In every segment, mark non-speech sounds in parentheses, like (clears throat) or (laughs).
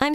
I'm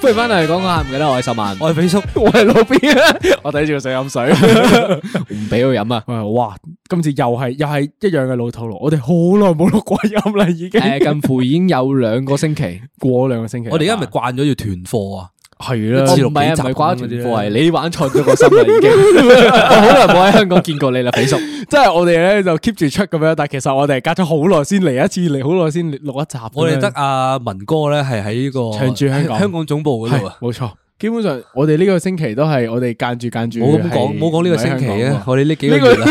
不如翻嚟講講下，唔記得我係十萬，我係肥叔，我係老邊啊，我睇住佢想飲水，唔俾佢飲啊。喂，哇，今次又係又係一樣嘅老套路，我哋好耐冇錄過音啦，已經。诶，近乎已經有兩個星期，過兩個星期，我哋而家咪慣咗要囤貨啊，係我啦唔知。道係啊，唔幾集係咁瓜嗰團啲貨，係咧你玩錯咗個心啦，已經。 (laughs) 我好耐冇喺香港見過你啦，肥叔。即係我哋咧就 keep 住出咁樣，但係其實我哋係隔咗好耐先嚟一次，嚟好耐先錄一集咁樣。我哋得阿文哥咧係喺呢個長住香港香港總部嗰係度啊。冇錯。基本上我哋呢個星期都係我哋間住間住。冇咁講，冇講呢個星期啊，！我哋呢幾個呢個月啊，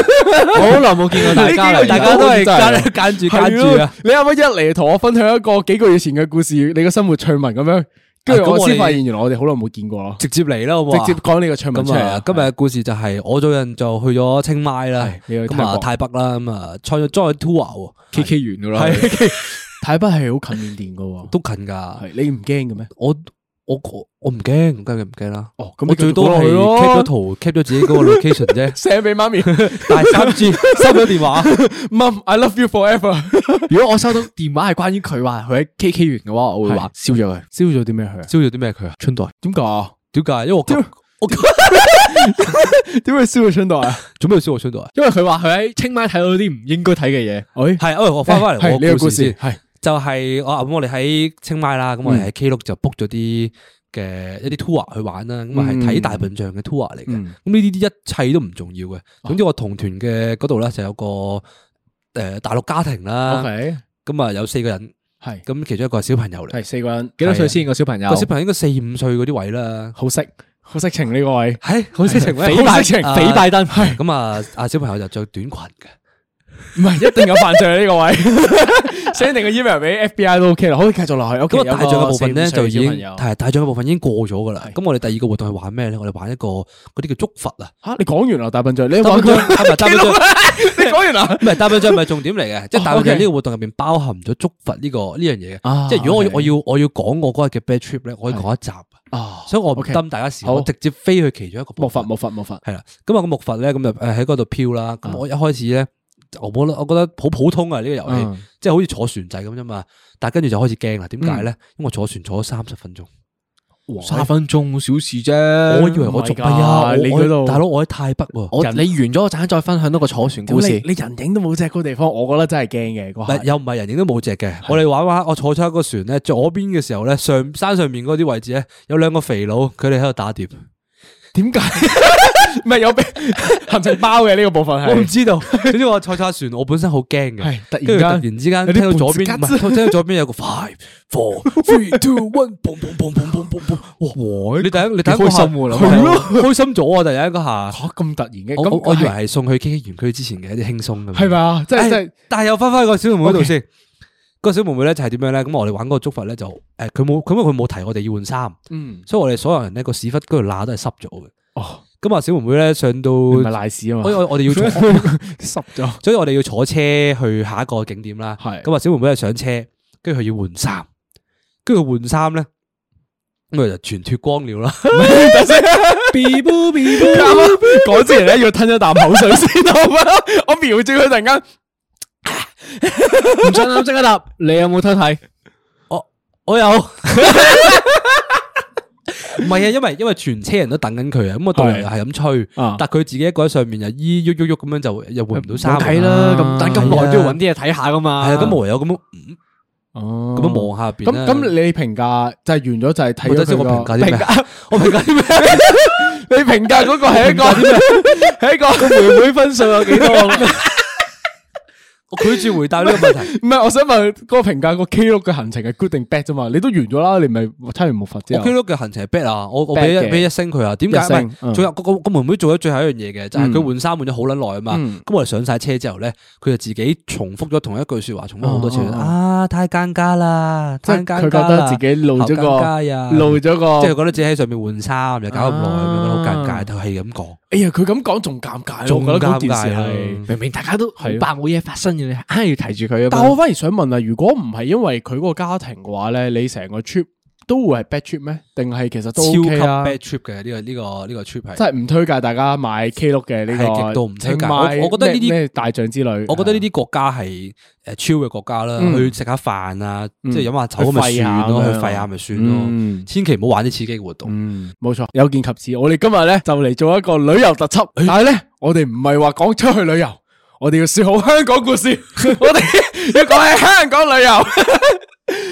(laughs) 我好耐冇見過大家啦，大家都係真係間間住係間住咯啊。，你啱啱一嚟同我分享一個幾個月前嘅故事，你嘅生活趣聞咁樣，跟啊住咁我我哋先發現原來我哋好耐冇見過咯。直接嚟啦，好唔好啊直接講呢個趣聞出咁嚟啊啊！，今日嘅故事就係我早人就去咗清邁啦係，你去咁啊泰泰北啦，咁啊創咗 join tour ，K K 完噶啦喎，。係 (laughs) 台北係好近緬甸噶喎，都近㗎。係你唔驚嘅咩？我我我我唔驚，梗係唔驚啦。哦，咁我你最繼續多講落去係 cap 咗咯，圖，cap 咗自己嗰個 location (laughs) 啫。寫俾媽咪，但係三 G 收咗電 (laughs) 話，媽，I love you forever。 (laughs) 如果我收到電話係關於佢話佢喺 K K 完嘅話，我會話燒咗佢。燒咗啲咩去啊？燒咗啲咩佢啊？春代點解？點解？因為我我點解燒咗春袋 (laughs) 啊？做咩要燒我春袋啊？因為佢話佢喺清邁睇到啲唔應該睇嘅嘢。喂，係，喂我翻翻嚟哦係我你個個故故事事先。係就係我啊咁，我哋喺清邁啦，咁嗯我哋喺 K 六就 book 咗啲嘅一啲 tour 去玩啦，咁啊係睇大笨象嘅 tour 嚟嘅。咁嗯哦呢啲一切都唔重要嘅。總之我同團嘅嗰度咧就有個誒大陸家庭嗯啦，，OK，咁啊有四個人，係咁其中一個係小朋友嚟，係啊四個人，幾多歲先個小朋友？個小朋友應該四五歲嗰啲位啦。好識好識情呢個位，係好色情咩？匪拜情啊匪拜登係咁啊，阿小朋友就着短裙嘅。唔係一定有犯罪呢個 (laughs) 位，send 定個 email 俾 FBI 都 OK 啦，可以繼續落去。咁啊， OK，大象嘅部分咧有個四就五已歲嘅小經朋友係大象嘅部分已經過咗噶啦。咁我哋第二個活動係玩咩咧？我哋玩一個嗰啲叫捉佛 (laughs) 啊。吓，你講完啦，大笨象，你大玩笨佢象，啊唔係大笨象，你講完 (laughs) 啦，啊唔係大笨象，唔係重點嚟嘅， (laughs) 即係大笨象啊哦 OK 呢個活動入邊包含咗捉佛呢個呢樣嘢啊嘅。即係如果我 OK 我要我要講我嗰日嘅 bad trip 咧，我可以講一集，啊，所以我唔 OK，擔大家時間，好我直接飛去其中一個莫部法分。莫法莫法，係啦，咁啊個木筏咧，咁就誒喺嗰度漂啦。咁啊我一開始咧，我冇我覺得好普通啊呢個遊戲。嗯即係好似坐船仔咁啫嘛。但係跟住就開始驚啦，點解嗯咧？因為我坐船坐咗三十分鐘，三分鐘好小事啫。我以為我唔係仲弊㗎啊！你我嗰度我大佬我喺泰北喎，我你完咗嗰陣再分享多個坐船故咁你事。你人影都冇隻嗰個地方，我覺得真係驚嘅嗰嗱下。又唔係人影都冇隻嘅。我哋玩玩，我坐出一個船咧，左邊嘅時候咧，上 (laughs) 山上面嗰啲位置咧，有兩個肥佬，佢哋喺度打碟。點解？ (laughs) 唔係有俾 (laughs) 行程包嘅呢個部分我唔係，知道，總之我坐出船，我本身好驚嘅係。突跟住突然然間之間有啲聽到左邊，盤唔子係聽到左邊有 (laughs) 個 five four three two one，嘣嘣嘣嘣嘣嘣嘣，哇！你第一你第一個幾開下心喎諗係咯開心咗啊！第一個下。嚇咁突然嘅，我我咁我以為哎係送去 K K 園區之前嘅一啲輕鬆咁樣。係咪啊？即係唉？即係但係又翻翻個小妹妹嗰度先。個小妹妹咧就係點樣咧？咁我哋玩嗰個捉法咧就誒，佢冇，咁因為佢冇提我哋要換衫，嗯所以我哋所有人咧個屎忽嗰條罅都係濕咗嘅。哦，咁啊，小妹妹咧上到，唔係我賴屎啊嘛，我我哋 (laughs) 要坐，濕咗。所以我哋要坐車去下一個景點啦。係咁啊，小妹妹係上車，跟住佢要換衫，跟住佢換衫咧，咁佢就全脱光了啦。講之前咧要吞一啖口水先，好嘛？ (laughs) 我瞄住佢突然間，唔想諗即刻答，你有冇偷睇？我有。唔係啊，因為因為全車人都等緊佢啊，咁我導遊又係咁吹，啊但佢自己一個喺上面又依喐喐喐咁樣就又換唔到衫。睇啦，咁等咁耐都要揾啲嘢睇下噶係嘛。啊，咁無有咁樣哦咁樣望下入邊咁啦咁，你評價就係完咗就係睇我咗真佢係我評個 (laughs) 價啲咩？我評價啲咩？評價嗰個係一個 (laughs) 係一個妹妹分数有几多？我拒绝回答呢 (laughs) 個問題。唔系，我想问嗰个评价个 K 六嘅行程系 good 定 bad 啫嘛？你都完咗啦，你咪差完木佛之我后 Q 嘅行程係 bad 啊，我我 bad 俾嘅一俾一星佢啊，點解？一嗯星唔係，仲有個個個妹妹做咗最後一樣嘢嘅，就係佢換衫換咗好撚耐啊嘛。嗯咁我哋上晒車之後咧，佢就自己重複咗同一句说話，重複好多次哦哦哦啊！太尷尬啦，即太係尷尬佢覺得自己露咗個呀，個露咗即係個，覺得自己喺上面換衫，又搞咁耐，咁樣覺得好尷啊尬，就係咁講。哎呀，佢咁講仲尷尬，仲我覺得嗰尷件尬事啊係。明明大家都係啊扮冇嘢發生嘅，你硬係要提住佢啊嘛。但我反而想問啊，如果唔係因為佢嗰個家庭嘅話咧，你成個 trip 都會係 bad trip 咩？定係其實都超 OK 級啊？ bad trip 嘅呢個呢個呢個 trip 即係。係唔推介大家買 K 六嘅呢係個，極度唔推介清邁我我覺得呢啲咩咩大象之旅，啊我覺得呢啲國家係誒超嘅國家啦，嗯去食下飯啊，嗯即係飲下酒咪去廢下算咁樣咯，啊去廢下咪算咯，嗯千祈唔好玩啲刺激嘅活動。嗯，冇錯，有見及此。我哋今日咧就嚟做一個旅遊特輯，哎但係咧我哋唔係話講出去旅遊，我哋要說好香港故 (laughs) 事，我哋要講喺香港旅遊。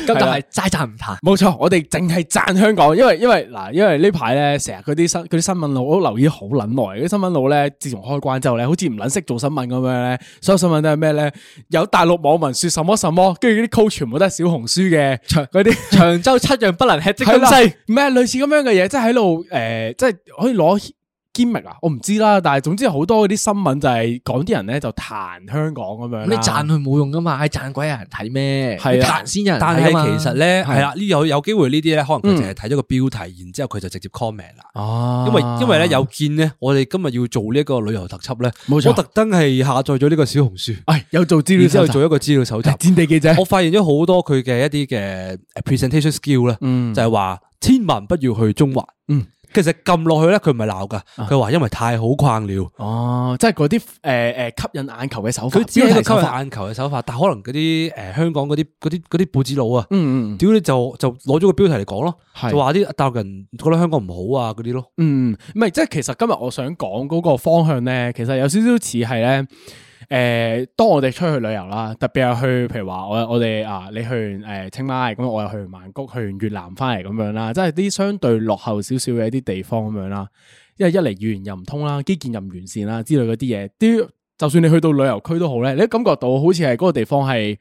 咁就係齋讚唔彈。冇錯，我哋淨係讚香港，因為因為嗱，因為呢排咧成日嗰啲新嗰啲新聞佬，我都留意好撚耐。啲新聞佬咧，自從開關之後咧，好似唔撚識做新聞咁樣咧，所有新聞都係咩咧？有大陸網民說什麼什麼，跟住啲 call 全部都係小紅書嘅嗰啲。 (laughs) 長洲七樣不能吃即係咁啦西，唔係類似咁樣嘅嘢，即係喺度誒，呃即係可以攞堅密啊！我唔知啦，但係總之好多嗰啲新聞就係講啲人咧就彈香港咁樣啦。咁你讚佢冇用噶嘛？讚鬼有人睇咩？係啊彈先有人但睇係㗎嘛其實咧，係啦，呢有有機會呢啲咧，可能佢淨係睇咗個標題，然之後佢就直接 comment 啦。哦啊因為因為咧有見咧，我哋今日要做呢一個旅遊特輯咧，冇我錯特登係下載咗呢個小紅書，唉，有哎做資料然之之後後做做一個資料搜集。 (laughs) 戰地記者， (laughs) 我發現咗好多佢嘅一啲嘅 presentation skill 咧，就係話千萬不要去中環。嗯，其實撳落去咧，佢唔係鬧噶，佢話因為太好逛了。哦，即係嗰啲誒誒吸引眼球嘅手法，佢只係一標個題手吸引法。眼球嘅手法，但可能嗰啲誒香港嗰啲嗰啲嗰啲報紙佬啊，嗯嗯屌你就就攞咗個標題嚟講咯，係就話啲大陸人覺得香港唔好啊嗰啲咯。嗯，唔係，即係其實今日我想講嗰個方向咧，其實有少少似係咧。誒、當我哋出去旅遊啦，特別係去，譬如話我我哋啊，你去完誒、清邁，咁我又去完曼谷，去完越南翻嚟咁樣啦，即係啲相對落後少少嘅一啲地方咁樣啦。因為一嚟語言又唔通啦，基建又唔完善啦之類嗰啲嘢，啲就算你去到旅遊區都好咧，你都感覺到好似係嗰個地方係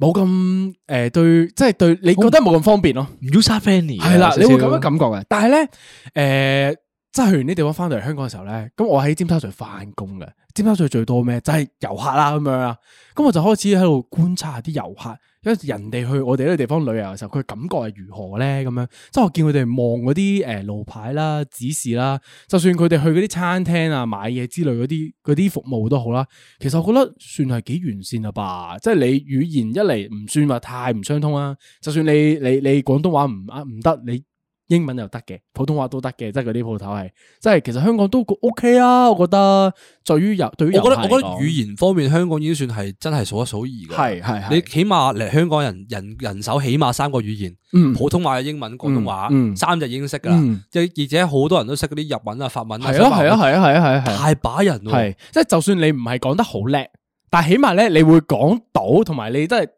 冇咁誒對，即係對你覺得冇咁方便咯。唔 user friendly 系啦，你會咁樣咁感覺嘅。但係咧，诶、即係去完呢地方翻到嚟香港嘅時候咧，咁我喺尖沙咀翻工嘅。尖沙咀最多咩？就係遊客啦咁樣啦。咁我就開始喺度觀察下啲遊客，因為人哋去我哋呢個地方旅遊嘅時候，佢感覺係如何咧？咁樣，即係我見佢哋望嗰啲诶路牌啦、指示啦，就算佢哋去嗰啲餐廳啊、買嘢之類嗰啲嗰啲服務都好啦。其實我覺得算係幾完善啦吧。即係你語言一嚟唔算話太唔相通啊。就算你你你廣東話唔啊啱唔得，你英文又得嘅，普通話都得嘅，即係嗰啲鋪頭係，即係其實香港都 OK 啊。我覺得對於遊對於我覺得遊客我覺得嚟講語言方面，香港已經算係真係數一數二㗎。係係係你起碼嚟香港人人人手起碼三個語言，嗯普通話、英文、廣東話嗯嗯，三隻已經識㗎啦。嗯即係而且好多人都識嗰啲日文啊、法文啊。係啊係啊西係啊係啊係啊班牙文大把人喎。係，即係就算你唔係講得好叻，但係起碼咧你會講到，同埋你都係。嗯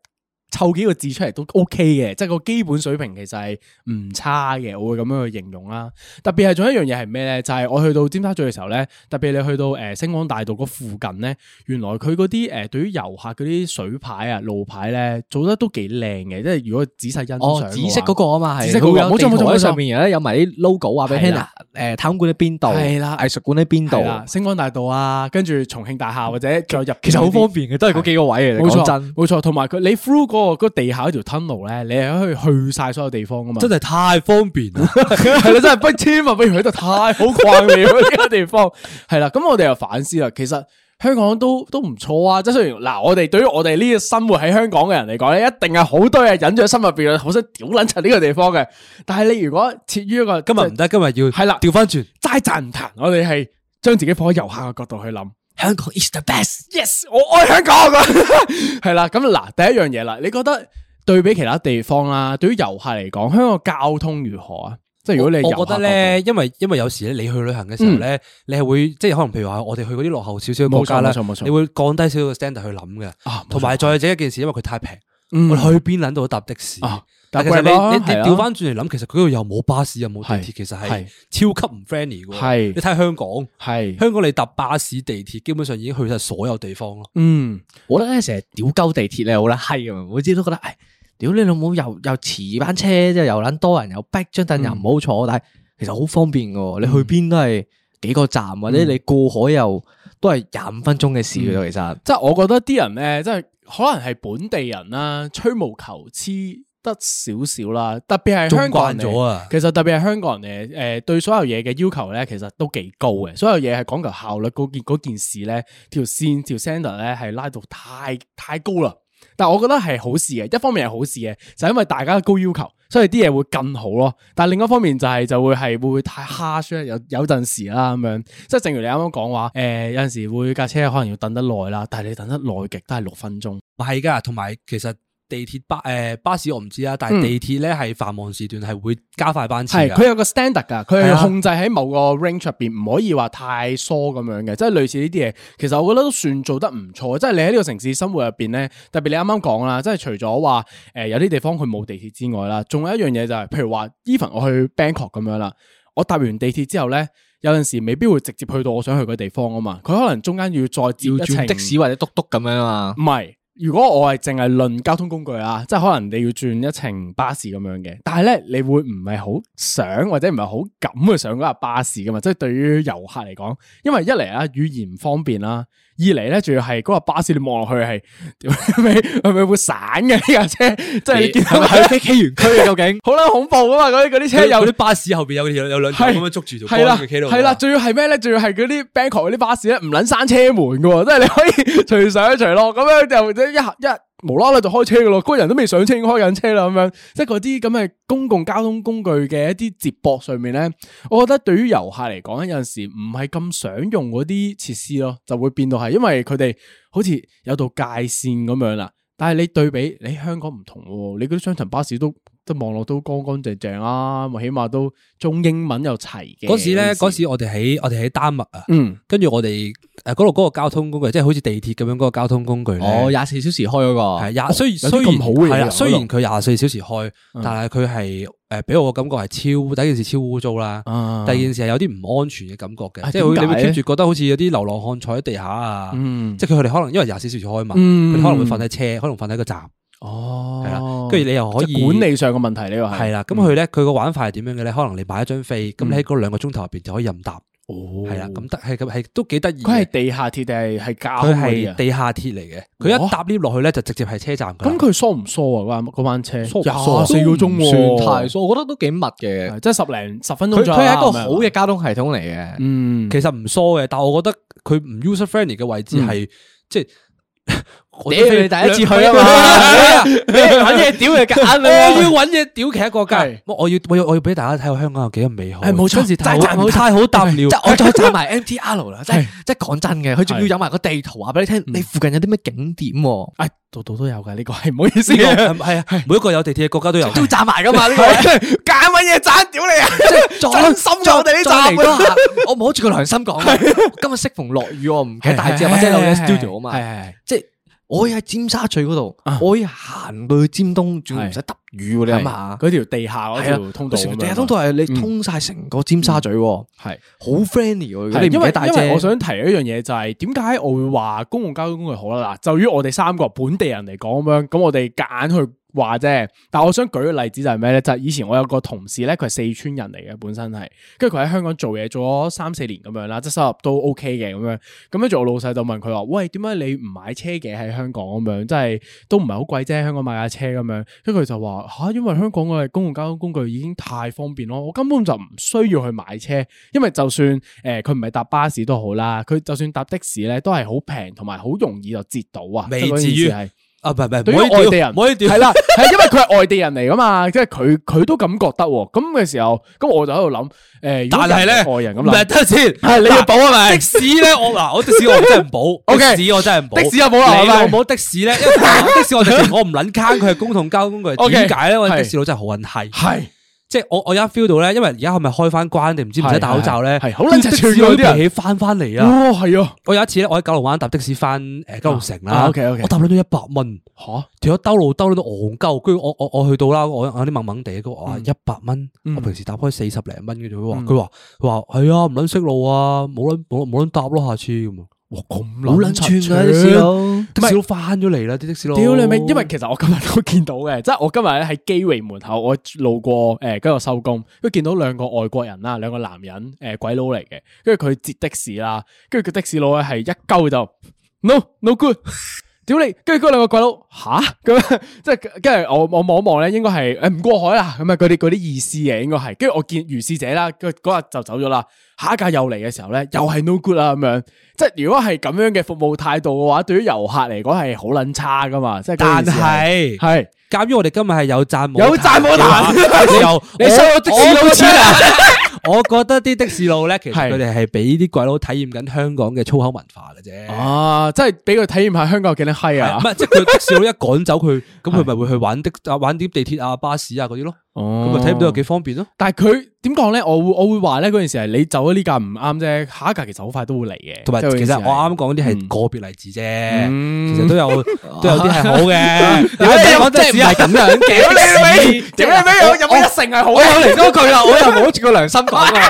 湊幾個字出嚟都 OK 嘅，即係個基本水平其實係唔差嘅，我會咁樣去形容啦。特別係仲有一樣嘢係咩咧？就係、我去到尖沙咀嘅時候咧，特別你去到誒、呃星光大道嗰附近咧，原來佢嗰啲呃誒對於遊客嗰啲水牌啊、路牌咧做得都幾靚嘅，即係如果仔細欣賞嘅話。哦，紫色嗰個啊嘛，係紫色嗰個佢有冇錯冇錯地圖喺冇錯上面咧有埋啲 logo 啊，俾係 Hannah 啦誒太空館喺邊度，係啦藝術館喺邊係啦度，，星光大道啊，跟住重慶大廈或者呃 (laughs) 再入，其實好方。便嘅，都係嗰幾個位嚟冇講錯真，。冇錯，同埋佢你 through 嗰個嗰個地下嗰條 tunnel 咧，你係可以去晒所有地方噶嘛。真係太方便啦！ (laughs) 係啦，真係不簽啊！不如喺度太好逛了呢個地方。係啦，咁我哋又反思啦。其實香港都都唔錯啊，即係雖然嗱，我哋對於我哋呢個生活喺香港嘅人嚟講咧，一定係好多嘢忍咗喺心入邊啊，好想屌撚柒呢個地方嘅。但係你如果設於一個今日唔得，今日要係啦調翻轉。齋讚唔彈，我哋係將自己放喺遊客嘅角度去諗。香港 is the best。 yes，我愛香港 (laughs) 咁，係啦。咁嗱，第一樣嘢啦，你覺得對比其他地方啦，對於遊客嚟講，香港交通如何啊？即係如果你係遊客嗯我覺得角咧，因為因為有時咧，你去旅行嘅時候咧，你係會即係可能譬如話，我哋去嗰啲落後少少嘅國家咧冇錯冇錯冇錯，你會降低少少嘅 standard 去諗嘅啊冇錯。同埋再者一件事，因為佢太平，嗯我哋去邊撚度都搭的士度，啊，但其實你你你調翻轉嚟諗，其實佢嗰度又冇巴士又冇地鐵，係其實係係超級唔 friendly 嘅喎。係你睇下香港，係，香港你搭巴士、地鐵，基本上已經去晒所有地方咯。嗯，我覺得咧成日屌鳩地鐵咧好啦閪咁，每次都覺得，唉，屌你老母又又遲班車之後又撚多人又逼，張凳又唔好坐，但係其實好方便嘅喎，你去邊都係幾個站，或者你過海又都係廿五分鐘嘅事嘅啫，其實。即系我覺得啲人咧，即係可能係本地人啦，吹毛求疵得少少啦。特別係香港人嚟仲慣咗啊其實特別係香港人嚟，诶、對所有嘢嘅要求咧，其實都幾高嘅。所有嘢係講求效率嗰件嗰件事咧，條線條 standard 咧係拉到太太高啦。但我覺得係好事嘅，一方面係好事嘅，就因為大家高要求，所以啲嘢會更好咯。但另一方面就係、就會係會唔會太 harsh 咧？有有陣時啦咁樣，即係正如你啱啱講話，誒、有陣時會架車可能要等得耐啦，但係你等得耐極都係六分鐘。唔係㗎，同埋其實地鐵巴誒巴士我唔知啊，但係地鐵咧係繁忙時段係會加快班次嗯係，㗎。佢有個 standard 㗎，佢係係啊控制喺某個 range 入邊，唔可以話太疏咁樣嘅，即係類似呢啲嘢。其實我覺得都算做得唔錯，即係你喺呢個城市生活入邊咧，特別你啱啱講啦，即係除咗話誒有啲地方佢冇地鐵之外啦，仲有一樣嘢就係、譬如話，even 我去 Bangkok 咁樣啦，我搭完地鐵之後咧。有陣時未必會直接去到我想去嘅地方啊嘛，佢可能中間要再接一程或者嘟嘟咁樣啊唔係，如果我係淨係論交通工具啊，即係可能你要轉一程巴士咁樣嘅，但係咧你會唔係好想或者唔係好敢去上嗰架巴士噶嘛？即係對於遊客嚟講，因為一嚟啊語言唔方便啦，二嚟咧仲要係嗰架巴士你望落去係 (laughs) 屌你咪係咪會散嘅呢架車？即係你見到喺 K K 園區啊，究竟好啦恐怖噶嘛，嗰啲嗰啲車佢有有啲。巴士後邊有條有兩條係咁樣捉住條係啦，杆嘅企度㗎。啊係啦，仲要係咩咧？仲要係嗰啲 Bangkok 嗰啲巴士咧，唔撚閂車門嘅喎，即係你可以 (laughs) 隨上隨落咁樣就一一無啦啦就開車嘅咯，嗰個人都未上車已經開緊車啦咁樣，即係嗰啲咁嘅公共交通工具嘅一啲接駁上面咧，我覺得對於遊客嚟講有陣時唔係咁想用嗰啲設施咯，就會變到係因為佢哋好似有道界線咁樣啦。但係你對比你香港唔同喎，你嗰啲雙層巴士都都望落都乾乾淨淨啊，咪起碼都中英文又齊嘅。嗰時咧，嗰時我哋喺我哋喺丹麥啊，嗯，跟住我哋誒嗰度嗰個交通工具，即係好似地鐵咁樣嗰個交通工具咧。 (laughs) 哦，廿四小時開嗰個系廿，雖然有啲雖咁然好嘅嘢係啦啊雖嗰嗯然佢廿四小時開，但係佢係诶俾我嘅感覺係超第一件事超污糟啦，啊第二件事係有啲唔安全嘅感覺嘅，啊即係會點你解會咧 keep 住覺得好似有啲流浪漢坐喺地下啊，嗯即係佢哋可能因為廿四小時開嘛，佢嗯哋可能會瞓喺車，可能瞓喺個站，哦，係啦，跟住你又可即以係管理上嘅問題呢個係係啦，咁佢咧佢個玩法係點樣嘅咧？可能你買一張飛，咁你喺嗰兩個鐘頭入边就可以任搭，哦，係啦，咁得係咁係都幾得意嘅。佢係地下鐵定係係架空嗰佢啲係啊？地下鐵嚟嘅，佢一搭 lift 落去咧就直接係車站㗎啦。咁佢疏唔疏啊？嗰班嗰班車疏唔疏啊廿四個鐘唔喎，算太疏，我覺得都幾密嘅。係，即係十零十分鐘佢左佢右啦係一個咁樣好嘅交通系統嚟嘅。嗯，其實唔疏嘅，但我覺得佢唔 user friendly 嘅位置係即係我屌都非你第一次去啊兩嘛，你 (laughs) 揾嘢屌你夾我硬要你。揾嘢屌其他國家係，我我要我要我要俾大家睇下香港有幾咁美好。係冇錯真是太真係好太好搭了即。係我再站埋 MTR 啦，即係即係講真嘅，佢仲要有埋個地圖話俾你聽，你附近有啲咩景點喎，唉，度度都有㗎，呢個係唔好意思呢個啊，係係啊，每一個有地鐵嘅國家都有。都站埋噶嘛呢個。揀乜嘢賺屌你啊！真心㗎我哋呢集嚟多下， (laughs) 我摸住個良心講，啊今日適逢落雨，我唔記得帶支或者留喺 studio 啊係嘛，係係即係我可以喺尖沙咀嗰度，啊我可以行到去尖東，仲要唔使揼雨喎，你諗下。嗰條地下嗰係啊條通道咁樣嗯成條地下通道係你通晒成個尖沙咀喎，係好 friendly 喎。如係果你因唔記為得帶因為我遮，想提一樣嘢就係點解我會話公共交通工具好啦？嗱，就於我哋三個本地人嚟講咁樣，咁我哋夾硬去話啫。但我想舉個例子就係咩咧？就係以前我有個同事咧，佢係四川人嚟嘅，本身係，跟住佢喺香港做嘢做咗三四年咁樣啦，即係收入都 OK 嘅咁樣。咁跟住我老細就問佢話：，喂，點解你唔買車嘅喺香港咁樣？即係都唔係好貴啫，香港買架車咁樣。跟住佢就話：吓、因為香港嘅公共交通工具已經太方便咯，我根本就唔需要去買車，因為就算誒佢唔係搭巴士都好啦，佢就算搭的士咧都係好平同埋好容易就折到啊，未即係嗰至件於事係啊，唔係唔係，對於唔可以屌外地人唔可以屌係啦，係因為佢係外地人嚟噶 (laughs) 嘛，即係佢佢都咁覺得喎。咁嘅時候，咁我就喺度諗，誒、如果但係咧，人哋外人咁唔係諗，等陣先，係你要補係咪的士咧，我嗱我的士我真係唔補 OK 的士我真係唔補，的士又補啦你係咪老母的士咧，因為嗱的士我直情我唔撚坑佢係公共交通工 (laughs) 具，OK，點解咧？我覺得係的士佬真係好撚閪，係即即係我我而家 feel 到咧，因為而家係咪開翻關定唔知唔使戴口罩咧？係係係好撚的隻士串嗰啲啊人脾氣翻翻嚟啊！哦，系啊，我有一次咧，我喺九龍灣搭的士翻誒九龍城啊啦啊，OK，OK 我搭撚咗一百蚊，吓，條友兜路兜到戇鳩，跟住我我我去到啦，我我有啲懵懵地，佢話一百蚊，嗯我平時搭開四十零蚊嘅啫，佢話嗯佢話佢話係啊，唔撚識路啊，冇撚冇撚冇撚搭咯，下次咁啊，哇咁好撚串㗎啲事佬，唔的士啊佬翻咗嚟啦，啲的士佬，屌你咪，因為其實我今日都見到嘅，即係我今日咧喺機位門口，我路過誒，跟住我收工，跟住見到兩個外國人啦，兩個男人誒、鬼佬嚟嘅，跟住佢截的士啦，跟住個的士佬咧係一鳩就 no no good。屌你！跟住嗰兩個鬼佬吓咁 (laughs) 樣，即係跟住我我望一望咧，應該係誒唔過海啦，咁啊嗰啲嗰啲意思嘅應該係。跟住我見如是者啦，佢嗰日就走咗啦。下一架又嚟嘅時候咧，又係 no good 啦咁樣。即係如果係咁樣嘅服務態度嘅話，對於遊客嚟講係好撚差噶嘛。即係嗰但件事係。係鑒於我哋今日係啊有讚冇有讚冇彈彈， (laughs) 又你收我的士佬錢啊！我覺得啲的士佬咧，其實係佢哋係俾啲鬼佬體驗緊香港嘅粗口文化嘅啫。啊，即係俾佢體驗下香港有幾撚閪係啊哦 (laughs) 唔！係即係佢的士佬一趕走佢，咁佢咪會去玩的啊玩啲地鐵啊巴士啊嗰啲咯，咁咁咪體驗到有幾方便咯。但係佢點講咧？我會我會話咧嗰件事係你走咗呢架唔啱啫，下一架其實好快都會嚟嘅。同埋即係嗰件其事實係我啱啱講啲係嗯個別例子啫，嗯其實都有都有啲 (laughs) 係好嘅。 (laughs) 有啲我真係唔係咁樣嘅，屌你咪，屌你咪，有有冇一成係好啊我又嚟多句啦，我又摸住個良心講啊！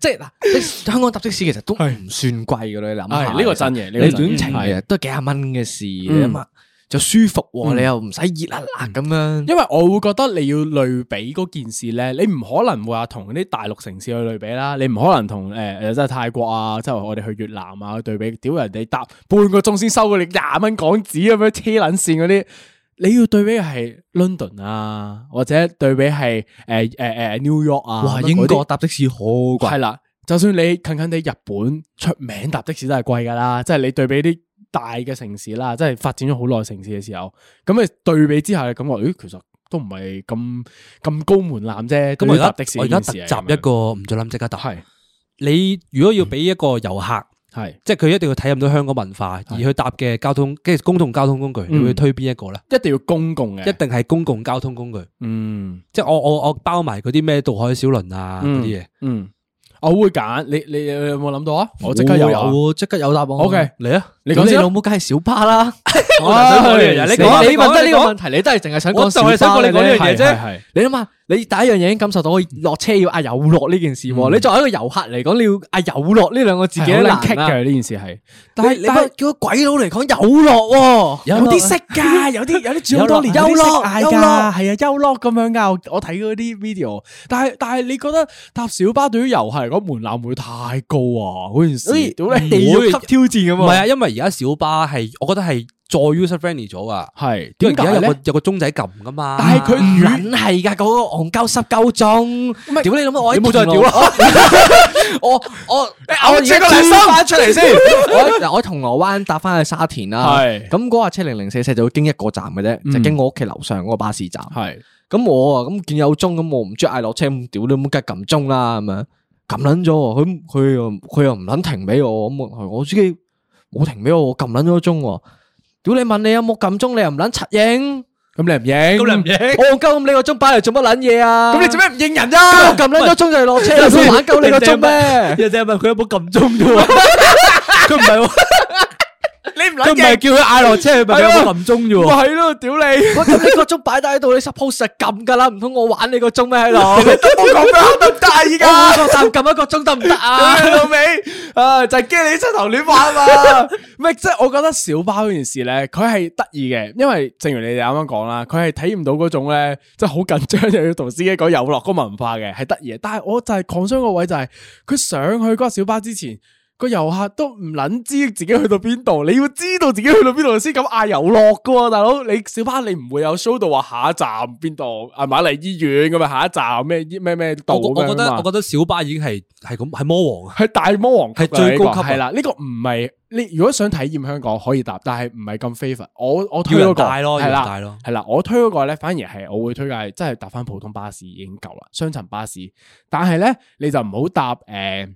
即係嗱，的士香港搭的士其實都唔算貴嘅啦，你諗下，係呢個真嘅呢個真你嘅短程係嗯嘅都係幾廿蚊嘅事嚟啊嘛，就舒服喎，你又唔使熱辣辣咁樣。因為我會覺得你要類比嗰件事咧，你唔可能會話同啲大陸城市去類比啦，你唔可能同誒誒即係泰國啊，即係我哋去越南啊去對比，屌人哋搭半個鐘先收你廿蚊港紙咁樣黐撚線嗰啲。你要對比係 London 啊，或者對比係誒誒誒 New York 啊，哇！咁樣英嗰啲國搭的士好貴，系啦，就算你近近地日本出名搭的士都係貴噶啦，即係你對比啲大嘅城市啦，即係發展咗好耐嘅城市嘅時候，咁你對比之下，你感覺咦，其實都唔係咁咁高門檻啫。咁我對而於搭家的士我而呢家件特事係集一個唔再諗即刻答。係你如果要俾一個遊客。係即係佢一定要體驗到香港文化，而去搭嘅交通，即係公共交通工具，嗯你會推邊一個咧？一定要公共嘅，一定係公共交通工具，嗯即係我我我包埋嗰啲咩渡海小輪啊嗰嗯啲嘢。嗯，我會揀你你你有冇諗到啊？我即刻有哦啊有，即刻有答案。 OK 嚟啊！你你講講先你啊老母梗係小巴啦。我就想講呢樣嘢你講你問得呢個問題，你都係淨係想講我就係小想巴講咧你講呢樣嘢係係啫。係你諗下，你第一樣嘢已經感受到我落車要嗌有落呢件事喎。你作為一個遊客嚟講，你要嗌有落呢兩個字幾係好撚棘難啊！嘅呢件事係，但係但係叫個鬼佬嚟講有落喎，有啲識㗎，有啲有啲有多年有有落落嗌噶，係啊，優樂咁樣噶。我我睇嗰啲 video，但係但係你覺得搭小巴對於遊客嚟講門檻會唔會太高啊？嗰件好似事，屌你地獄級挑戰咁 à. 唔係啊，因為而家小巴係，我覺得係再 user friendly 咗啊。係因點為而家解有個咧？有個鐘仔撳噶嘛。嗯但係佢唔撚係㗎，嗰個戇鳩濕鳩鐘，屌你老母！我你冇再屌啦！ (laughs) 我我我而家個良心翻出嚟先。 (laughs) 我喺嗱我喺銅鑼灣搭翻去沙田啦，係咁嗰架車零零四四就會經一個站嘅啫，就經我屋企樓上嗰個巴士站。係咁我啊咁見有鐘咁，我唔中意嗌落車，咁屌你咁梗係撳鐘啦咁樣，撳撚咗喎，佢佢又佢又唔撚停俾我，咁我我自己冇停俾我，我撳撚咗個鐘喎。屌你問你有冇撳鐘，你又唔撚柒應，咁你唔應，咁你唔應我戇鳩咁你個鐘擺嚟做乜撚嘢啊？咁你做咩唔應人咁我啫？撳撚咗鐘就落車啦，我玩鳩你個鐘咩？人哋係問佢有冇撳鐘啫喎？佢唔係喎，你唔佢唔係叫佢嗌落車，佢問佢有冇撳鐘啫喎？係咯，屌你！我撳你個鐘擺低喺度，你 suppose 係撳㗎啦，唔通我玩你個鐘咩喺度？我講得得唔得啊？而我每個站撳一個鐘得唔得啊？屌你老味啊！就係驚你出頭亂玩 (laughs) 嘛。 (laughs) 唔係，即係我覺得小巴嗰件事咧，佢係得意嘅，因為正如你哋啱啱講啦，佢係體驗到嗰種咧，即係好緊張又要同司機講有落嗰文化嘅，係得意嘅。但係我就係擴張個位就係、佢上去嗰個小巴之前。個遊客都唔撚知自己去到邊度，你要知道自己去到邊度先咁嗌遊落噶喎，大佬你小巴你唔會有 show 到話下一站邊度啊瑪麗醫院咁啊，下一站咩咩咩道我我咁我覺樣得嘛我覺得小巴已經係係咁係魔王啊。系大魔王係最高級啊系啦，呢個唔係你如果想體驗香港可以搭，但係唔係咁 favor。我我推要人嗰個帶咯係要人啦帶咯係啦，我推嗰個咧反而係我會推介，真係搭翻普通巴士已經夠啦，雙層巴士。但係咧你就唔好搭诶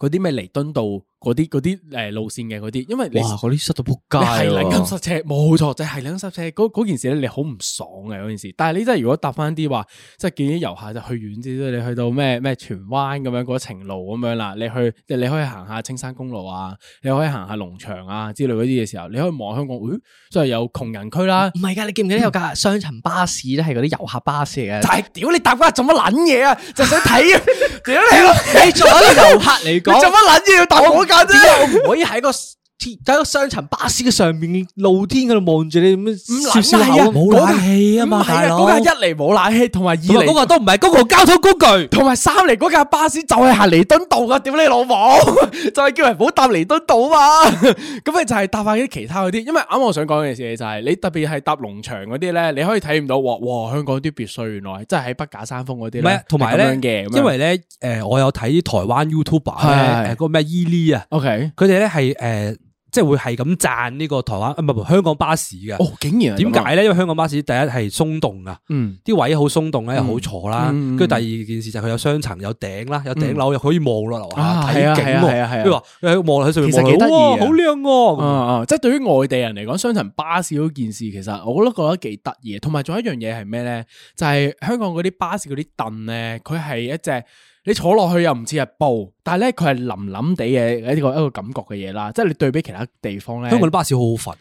嗰啲咩彌敦道嗰啲嗰啲诶路線嘅嗰啲，因為你哇！嗰啲塞到仆街你喎，係撚咁塞車，冇錯就係撚塞車。嗰嗰件事咧，你好唔爽嘅嗰件事。但係你真係如果搭翻啲話，即係見啲遊客就去遠啲啫。你去到咩咩荃灣咁樣嗰程路咁樣啦，你去即係你可以行下青山公路啊，你可以行下農場啊之類嗰啲嘅時候，你可以望香港，咦，即係有窮人區啦。唔係㗎，你記唔記得有架雙層巴士咧？係嗰啲遊客巴士 (laughs) 嚟嘅。但係屌你搭嗰日做乜撚嘢啊？就想睇 (laughs) 啊！屌 (laughs) 你老你作為一個遊客嚟講，做乜撚嘢要搭我架啫？點解我唔可以喺個鐵喺個雙層巴士嘅上面露天嗰度望住你咁唔樣撚笑笑口係啊咁？冇冷氣啊嘛唔係大佬嗰架一嚟冇冷氣，同埋二同埋啊嚟嗰個都唔係公共交通工具。同埋三嚟嗰架巴士就係行彌敦道噶，屌你老母！ (laughs) 就係叫人唔好搭彌敦道啊嘛。 (laughs) 咁你就係搭翻啲其他嗰啲，因為啱啱我想講嘅事就係、你特別係搭農場嗰啲咧，你可以睇唔到哇哇香港啲別墅原來真係喺北假山峰嗰啲唔係咧，，同埋係咁樣咧嘅，咁樣，因為咧，誒，我有睇台灣 YouTuber 係係咧，誒，嗰個咩伊利啊， OK，佢哋咧係誒，即係會係咁讚呢個台灣，啊唔係唔係香港巴士嘅。哦竟然係咁點啊解咧？因為香港巴士第一係鬆動啊，嗯啲位好鬆動咧，又好坐啦。嗯嗯嗯跟住第二件事就係佢有商層，有頂啦，有頂樓，又可以望落樓下啊睇係啊景係啊係啊係喎。啊跟住話佢望落去上面其實望落去，幾得意哇，啊好靚喎！咁啊啊！即係對於外地人嚟講，雙層巴士嗰件事，其實我都覺得幾得意。同埋仲有一樣嘢係咩咧？就係、香港嗰啲巴士嗰啲凳咧，佢係一隻你坐落去又唔似係布，但係咧佢係腍腍地嘅一個一個感覺嘅嘢啦。 (laughs) 即係你對比其他地方咧，香港啲巴士好好瞓，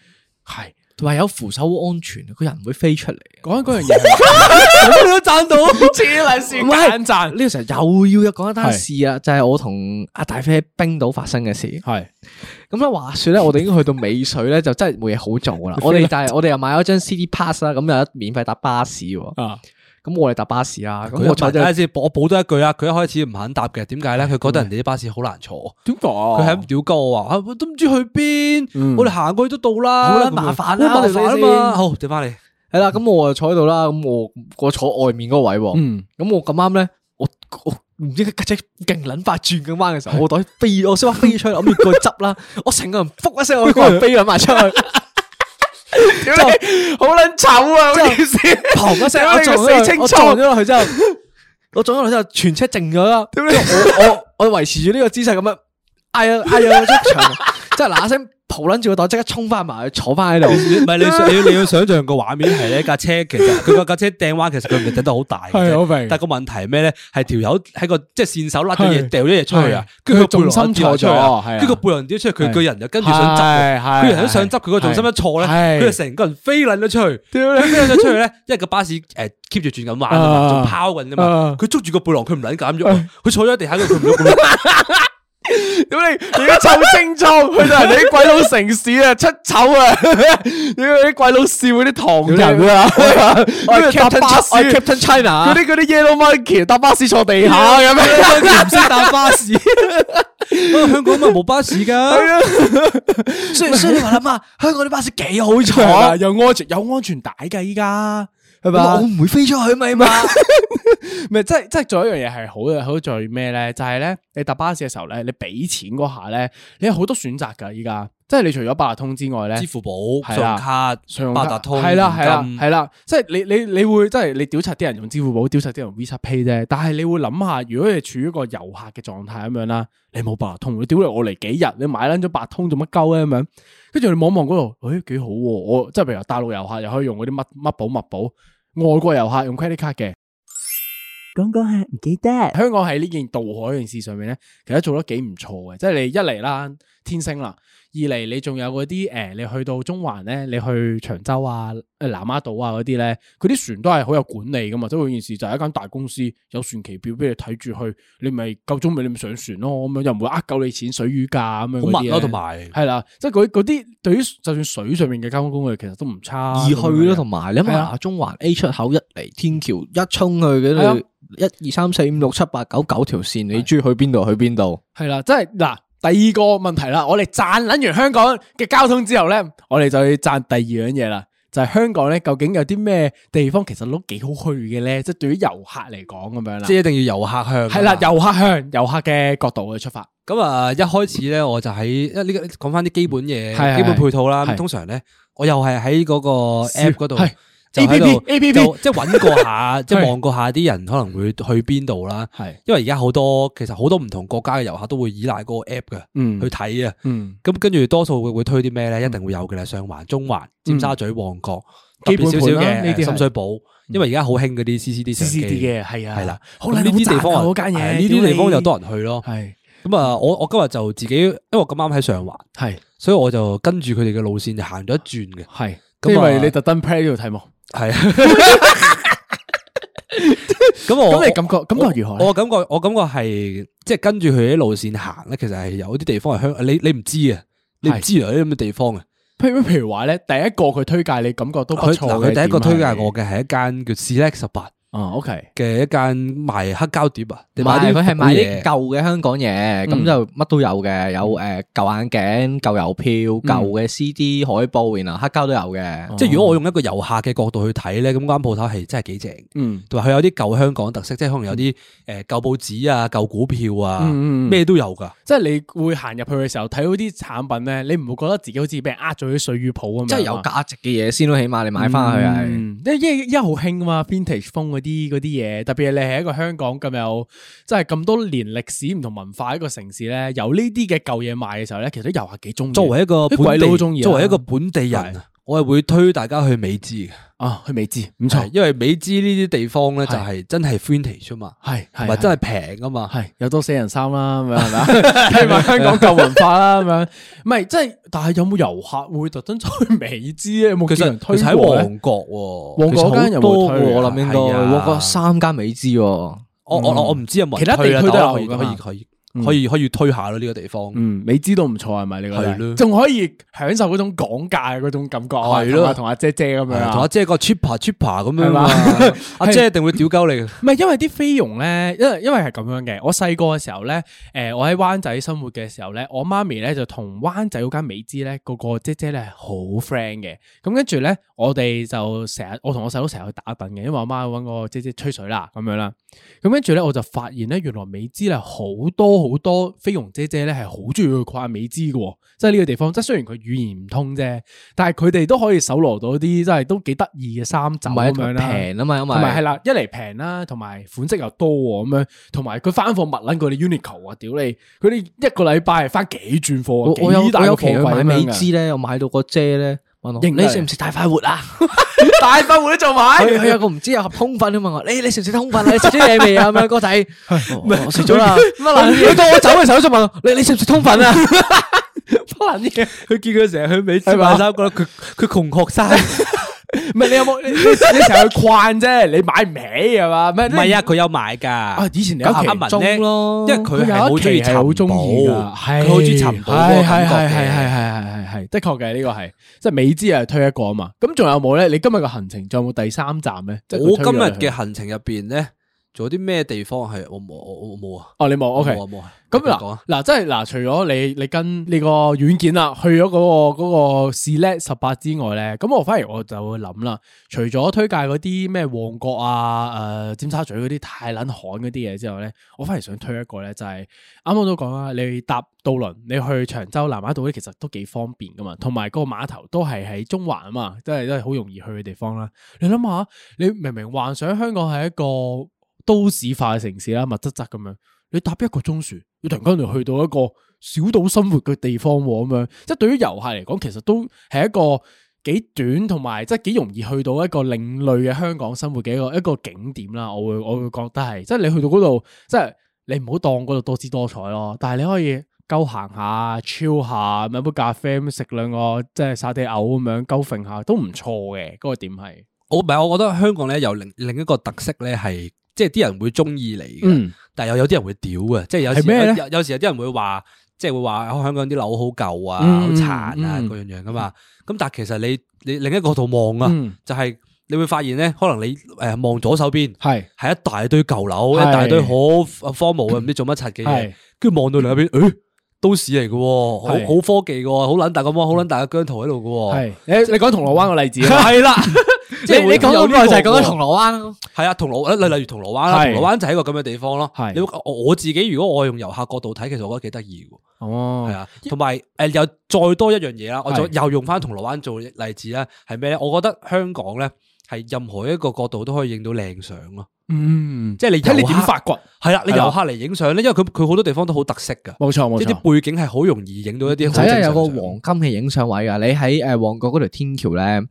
係同埋有扶手好安全，個人唔會飛 (laughs) 出嚟。講緊嗰樣嘢係，你都賺到黐撚線，唔係 (laughs) 簡賺呢個時候又要講一係單事啊，就係我同阿大飛喺冰島發生嘅事。係咁咧話說咧，我哋已經去到尾水咧，就真係冇嘢好做 (laughs) 啦。我哋但係我哋又買咗張 CD pass 啦，咁又得免費搭巴士喎。啊咁我哋搭巴士啊啦，咁佢我我就睇下先，我補多一句啊！佢一開始唔肯答嘅，點解咧？佢覺嗯得人哋啲巴士好難坐。點講？佢係咁屌鳩我話啊，我都唔知去邊，哦嗯我哋行過去都到啦，好啦咁樣麻煩啦好麻煩啊我哋先嘛，好，掉翻嚟，係啦，咁我就坐喺度啦，咁我我坐外面嗰個位喎。嗯咁我咁啱咧，我我唔知架車勁撚快轉緊彎嘅時候，我袋飛，我先話飛出去，諗住過去執 (laughs) 啦，我成個人撲一聲，我個人飛咗埋出去。之後好撚醜啊！嗰嗰件件事，砰一聲，屌我你個撞咗落死去，青我撞咗落去之後，我撞咗落去之後，全車靜咗啦。屌你我我我維持住呢個姿勢咁樣，嗌啊嗌啊出 (laughs) 場，即係嗱嗱聲抱撚住個袋，即刻衝翻埋去坐翻喺度。唔係你 (laughs) 想你要你要想象個畫面係咧架車，其實佢個架車掟彎，其實佢唔係掟得好大嘅係我啫，明但係個問題係咩咧？係條友喺個即係線手甩咗嘢，係掉咗嘢出去啊，跟住佢佢個重背囊心跌咗錯出咗去啊，係啊跟住個背囊跌咗出去，佢個人就跟住想執係係喎，佢個人想執，佢個重心一係錯咧，佢就成個人飛撚咗出去，飛屌你撚咗出去咧，因為個巴士誒 keep 住轉緊彎啊嘛，啊仲拋緊㗎啊嘛，佢捉住個背囊，佢唔撚敢喐啊，佢坐咗喺地下，佢唔喐 (laughs) 咁樣。屌你，而家臭青葱，去到人哋啲鬼佬城市啊，出醜啊！ (laughs) 屌你啲鬼佬笑嗰啲唐人啊， (laughs) 跟住搭巴士，嗰 Captain China，啊啲嗰啲 yellow monkey 搭巴士坐地下咁樣，唔識搭巴士，啊香港咪冇巴士啊噶，所以所以你話諗下，香港啲巴士幾好坐。 (laughs) 又安全啊有安全帶噶依家。系啊咁我唔會飛出去咪嘛？唔係，即係即係仲有一樣嘢係好嘅，好在咩咧？就係咧，你搭巴士嘅時候咧，你俾錢嗰下咧，你有好多選擇㗎。依家即係你除咗八達通之外咧， (laughs) 支付寶、係信用啦卡、信用八達通，系啦系啦現金系啦，即系你你你会即系你屌柒啲人用支付寶，屌柒啲人用 Visa Pay 啫。但係你會諗下，如果你處於一個遊客嘅狀態咁樣啦，你冇八達通，你屌你我嚟幾日，你買撚咗八達通做乜鳩咧咁樣？跟住你望望嗰度，誒、幾好喎！我即係譬如話大陸遊客又可以用嗰啲乜乜寶乜寶，外國遊客用 credit card 嘅。講講下唔記得，香港喺呢件渡海呢件事上面咧，其實做得幾唔錯嘅，即係你一嚟啦，天星啦；二嚟你仲有嗰啲誒，你去到中環咧，你去長洲啊、誒南丫島啊嗰啲咧，佢啲船都係好有管理噶嘛，即係嗰件事就係一間大公司有船期表俾你睇住去，你咪夠鐘咪你咪上船咯，咁樣又唔會呃夠你錢水魚價咁樣嗰啲好密咧咯，同埋係啦，即係嗰嗰啲對於就算水上面嘅交通工具其實都唔差，而去咯，同埋你諗係啊下中環 A 出口一嚟天橋一衝去係啊嗰度，一二三四五六七八九九條線，你中意去邊度去邊度？系啦，即系嗱，第二個問題啦，我哋赞捻完香港嘅交通之後咧，我哋就要赞第二樣嘢啦，就係香港咧究竟有啲咩地方其實都幾好去嘅咧？即系对于游客嚟講咁樣啦即，係一定要遊客向。啊係啦，，遊客向啊遊客嘅角度去出發，咁啊，一開始咧我就喺因為呢個講翻啲基本嘢、係係基本配套啦。係咁通常咧，我又係喺嗰個係 app 嗰度。係就喺 APP 度 APP 就即係揾過 (laughs) 下，即係係望過下啲人可能會去邊度啦。係因為而家好多其實好多唔同國家嘅遊客都會依賴嗰個 app 嘅，嗯去睇啊。嗯，咁跟住多數會會推啲咩咧？一定會有嘅啦，上環、中環、尖沙咀、旺角，特嗯基別本少少盤啦呢啲嘅係嗯深水埗，因為而家好興嗰啲 CCD 相 C C 機 D 嘅係啊，係啦，好咁靚呢啲地方啊嗰間係啊嘢，呢啲地方就多人去咯。係咁啊，我我今日就自己，因為我咁啱喺上環，係所以我就跟住佢哋嘅路線就行咗一轉嘅。係，咁啊因為你特登 play 呢條題目，系啊。 (laughs) 咁我咁你感覺感覺如何我咧？我感覺我感覺係即係跟住佢啲路線行咧，其實係有啲地方係香，你你唔知嘅，你唔係知原啊來有啲咁嘅地方嘅。譬如譬如話咧，第一個佢推介你感覺都不佢錯嗱嘅佢第一點個係推介我嘅係一間叫 Select 十八哦，OK，嘅一間賣黑膠碟啊，你唔買係啲佢係古賣啲嘢舊嘅香港嘢，咁就乜都有嘅，有诶舊眼鏡、舊郵票、舊嘅 CD 海報，然後黑膠都有嘅。即係如果我用一個遊客嘅角度去睇咧，咁間鋪頭係真係幾正。嗯同埋佢有啲舊香港特色，即係可能有啲誒舊報紙啊、舊股票啊，嗯嗯嗯咩都有㗎。即係你會行入去嘅時候睇到啲產品咧，你唔會覺得自己好似俾人呃咗啲水魚鋪咁樣啊，即係有價值嘅嘢先咯，起碼你買翻去係。嗯，因為因為因為好興啊嘛，vintage 風嗰啲嗰啲嘢，特別係你係一個香港咁有，即係咁多年歷史唔同文化一個城市咧，有呢啲嘅舊嘢賣嘅時候咧，其實啲遊客幾中意。作為一個啲本鬼佬地都中意啊作為一個本地人係啊，我係會推大家去美資嘅，啊，佢未知，唔錯，因為美資呢啲地方咧就係真係 vintage 啊嘛，係同係埋真係係平啊嘛。係有多死人衫啦， (laughs) 咁樣係咪啊？睇埋香港舊文化啦，咁樣唔係即係，但係有冇遊客會特登走去美資啊咧？有冇其見實人推其實喺過旺咧？角喎，旺角其實好間有冇多推喎啊我諗我諗應應該該旺旺角角三，三間美資喎，我我我唔知有冇嗯其人他地推啦啊區都但有可以㗎可以嘛可以可以可以推下咯呢個地方。嗯，美資都唔錯係咪？你覺係咯得仲可以享受嗰種講價嘅嗰種感覺啊，係咯同埋同阿姐姐咁樣係啊，同阿姐個 cheaper cheaper 咁 (laughs) 樣係嘛嘛，阿姐一定會屌鳩你嘅。唔係因為啲菲傭咧，因為因為係咁樣嘅。我細個嘅時候咧，誒、我喺灣仔生活嘅時候咧，我媽咪咧就同灣仔嗰間美資咧個個姐姐咧係好 friend 嘅。咁跟住咧，我哋就成日我同我細佬成日去打躉嘅，因為我媽揾個姐姐吹水啦咁樣啦。咁跟住咧，我就發現咧，原來美資咧好多好多菲傭姐姐咧係好中意去跨美資嘅喎，即係呢個地方。即係雖然佢語言唔通啫，但係佢哋都可以搜羅到啲即係都幾得意嘅衫唔袖咁係樣啦。平啊嘛，因為同埋係啦，一嚟平啦，同埋款式又多喎咁樣，同埋佢翻貨物撚過你 Uniqlo 啊，屌你！佢哋一個禮拜係翻幾轉貨我啊，我有幾大我個有期貨去櫃買咁美樣資㗎。咧，我買到個姐咧問我型你嚟食唔食大快活啊？大快活都做埋哎佢佢有個唔知有盒通粉啊嘛，我話你你食唔食通粉啊？你食咗嘢未啊？咁樣哥仔，我我我食咗啦。乜撚佢到我走嘅時候就問我你你食唔食通粉啊？乜撚嘢？佢見佢成日去美係資嘛買衫，覺得 (laughs) 佢佢窮學生。 (laughs) 唔係你有冇？你你你成日去逛啫，你買唔起係嘛？唔唔係啊，，佢有買㗎。啊啊以前有一期中咯因為佢係好中意係尋好中寶意㗎，佢好中意尋寶嗰係個係感覺係係係嘅。係係係係，的確嘅呢個係，即係美資係推一個啊嘛。咁仲有冇咧？你今日嘅行程仲有冇第三站咧？即係佢我推今日咗你去嘅行程入邊咧，仲有啲咩地方係我冇我我我冇啊哦，你冇我 OK 冇。啊冇啊。咁你講嗱啊，嗱，即係嗱，除咗你你跟呢個軟件啦，去咗嗰、個嗰、個 Select 十八之外咧，咁我反而我就會諗啦，除咗推介嗰啲咩旺角啊、誒、尖沙咀嗰啲太撚罕嗰啲嘢之後咧，我反而想推一個咧，就係啱啱都講啦，你搭渡輪你去長洲南丫島咧，其實都幾方便噶嘛，同埋嗰個碼頭都係喺中環啊嘛，即係都係好容易去嘅地方啦。你諗下，你明明幻想香港係一個都市化嘅城市啦，密質質咁樣。你搭一個鐘船，你突然間就去到一個小島生活嘅地方喎，咁樣即係對於遊客嚟講，其實都係一個幾短同埋即係幾容易去到一個另類嘅香港生活嘅一個一 (laughs) 個景點啦。我會我會覺得係，即係你去到嗰度，即係你唔好當嗰度多姿多彩咯，但係你可以。鳩行下、超下，飲杯咖啡咁食兩個，即係沙地牛咁樣鳩揈下，都唔錯嘅。嗰、個點係，我唔係，我覺得香港咧有另另一個特色咧係，即係啲人會中意你嘅，，但係又有啲人會屌嘅，即係有時係咩咧有有時有啲人會話，即係會話哦香港啲樓好舊啊、嗯好殘啊嗯嗰樣樣噶嘛。咁但係其實你你另一個角度望啊，嗯，就係你會發現咧，可能你誒望左手邊係係一大堆舊樓，一係嗯大堆好荒蕪嘅唔知做乜柒嘅嘢係。嗯跟住望到另一邊，誒、都市嚟嘅喎，好係嗯好科技嘅喎，好撚大個芒，好撚大嘅姜圖喺度哦嘅喎，係，你你講銅鑼灣個例子啊嘛 (laughs) (laughs) 係啦，即係你講到嗰個就係講緊銅鑼灣咯。係啊，銅鑼例例如銅鑼灣啦，係銅鑼灣就係一個咁嘅地方咯。係你會我我自己如果我用遊客角度睇，其實我覺得幾得意嘅，哦係啊，同埋誒又再多一樣嘢啦，我再係又用翻銅鑼灣做例子啦，係咩咧？我覺得香港咧係任何一個角度都可以影到靚相咯。嗯，即係你睇你啊遊客點發掘，係啦，你係啦遊客嚟影相咧，因為佢佢好多地方都好特色噶，冇錯冇即係錯，啲背景係好容易影到一啲唔好使正啊，常有相個黃金嘅影相位噶，你喺诶旺角嗰條天橋咧，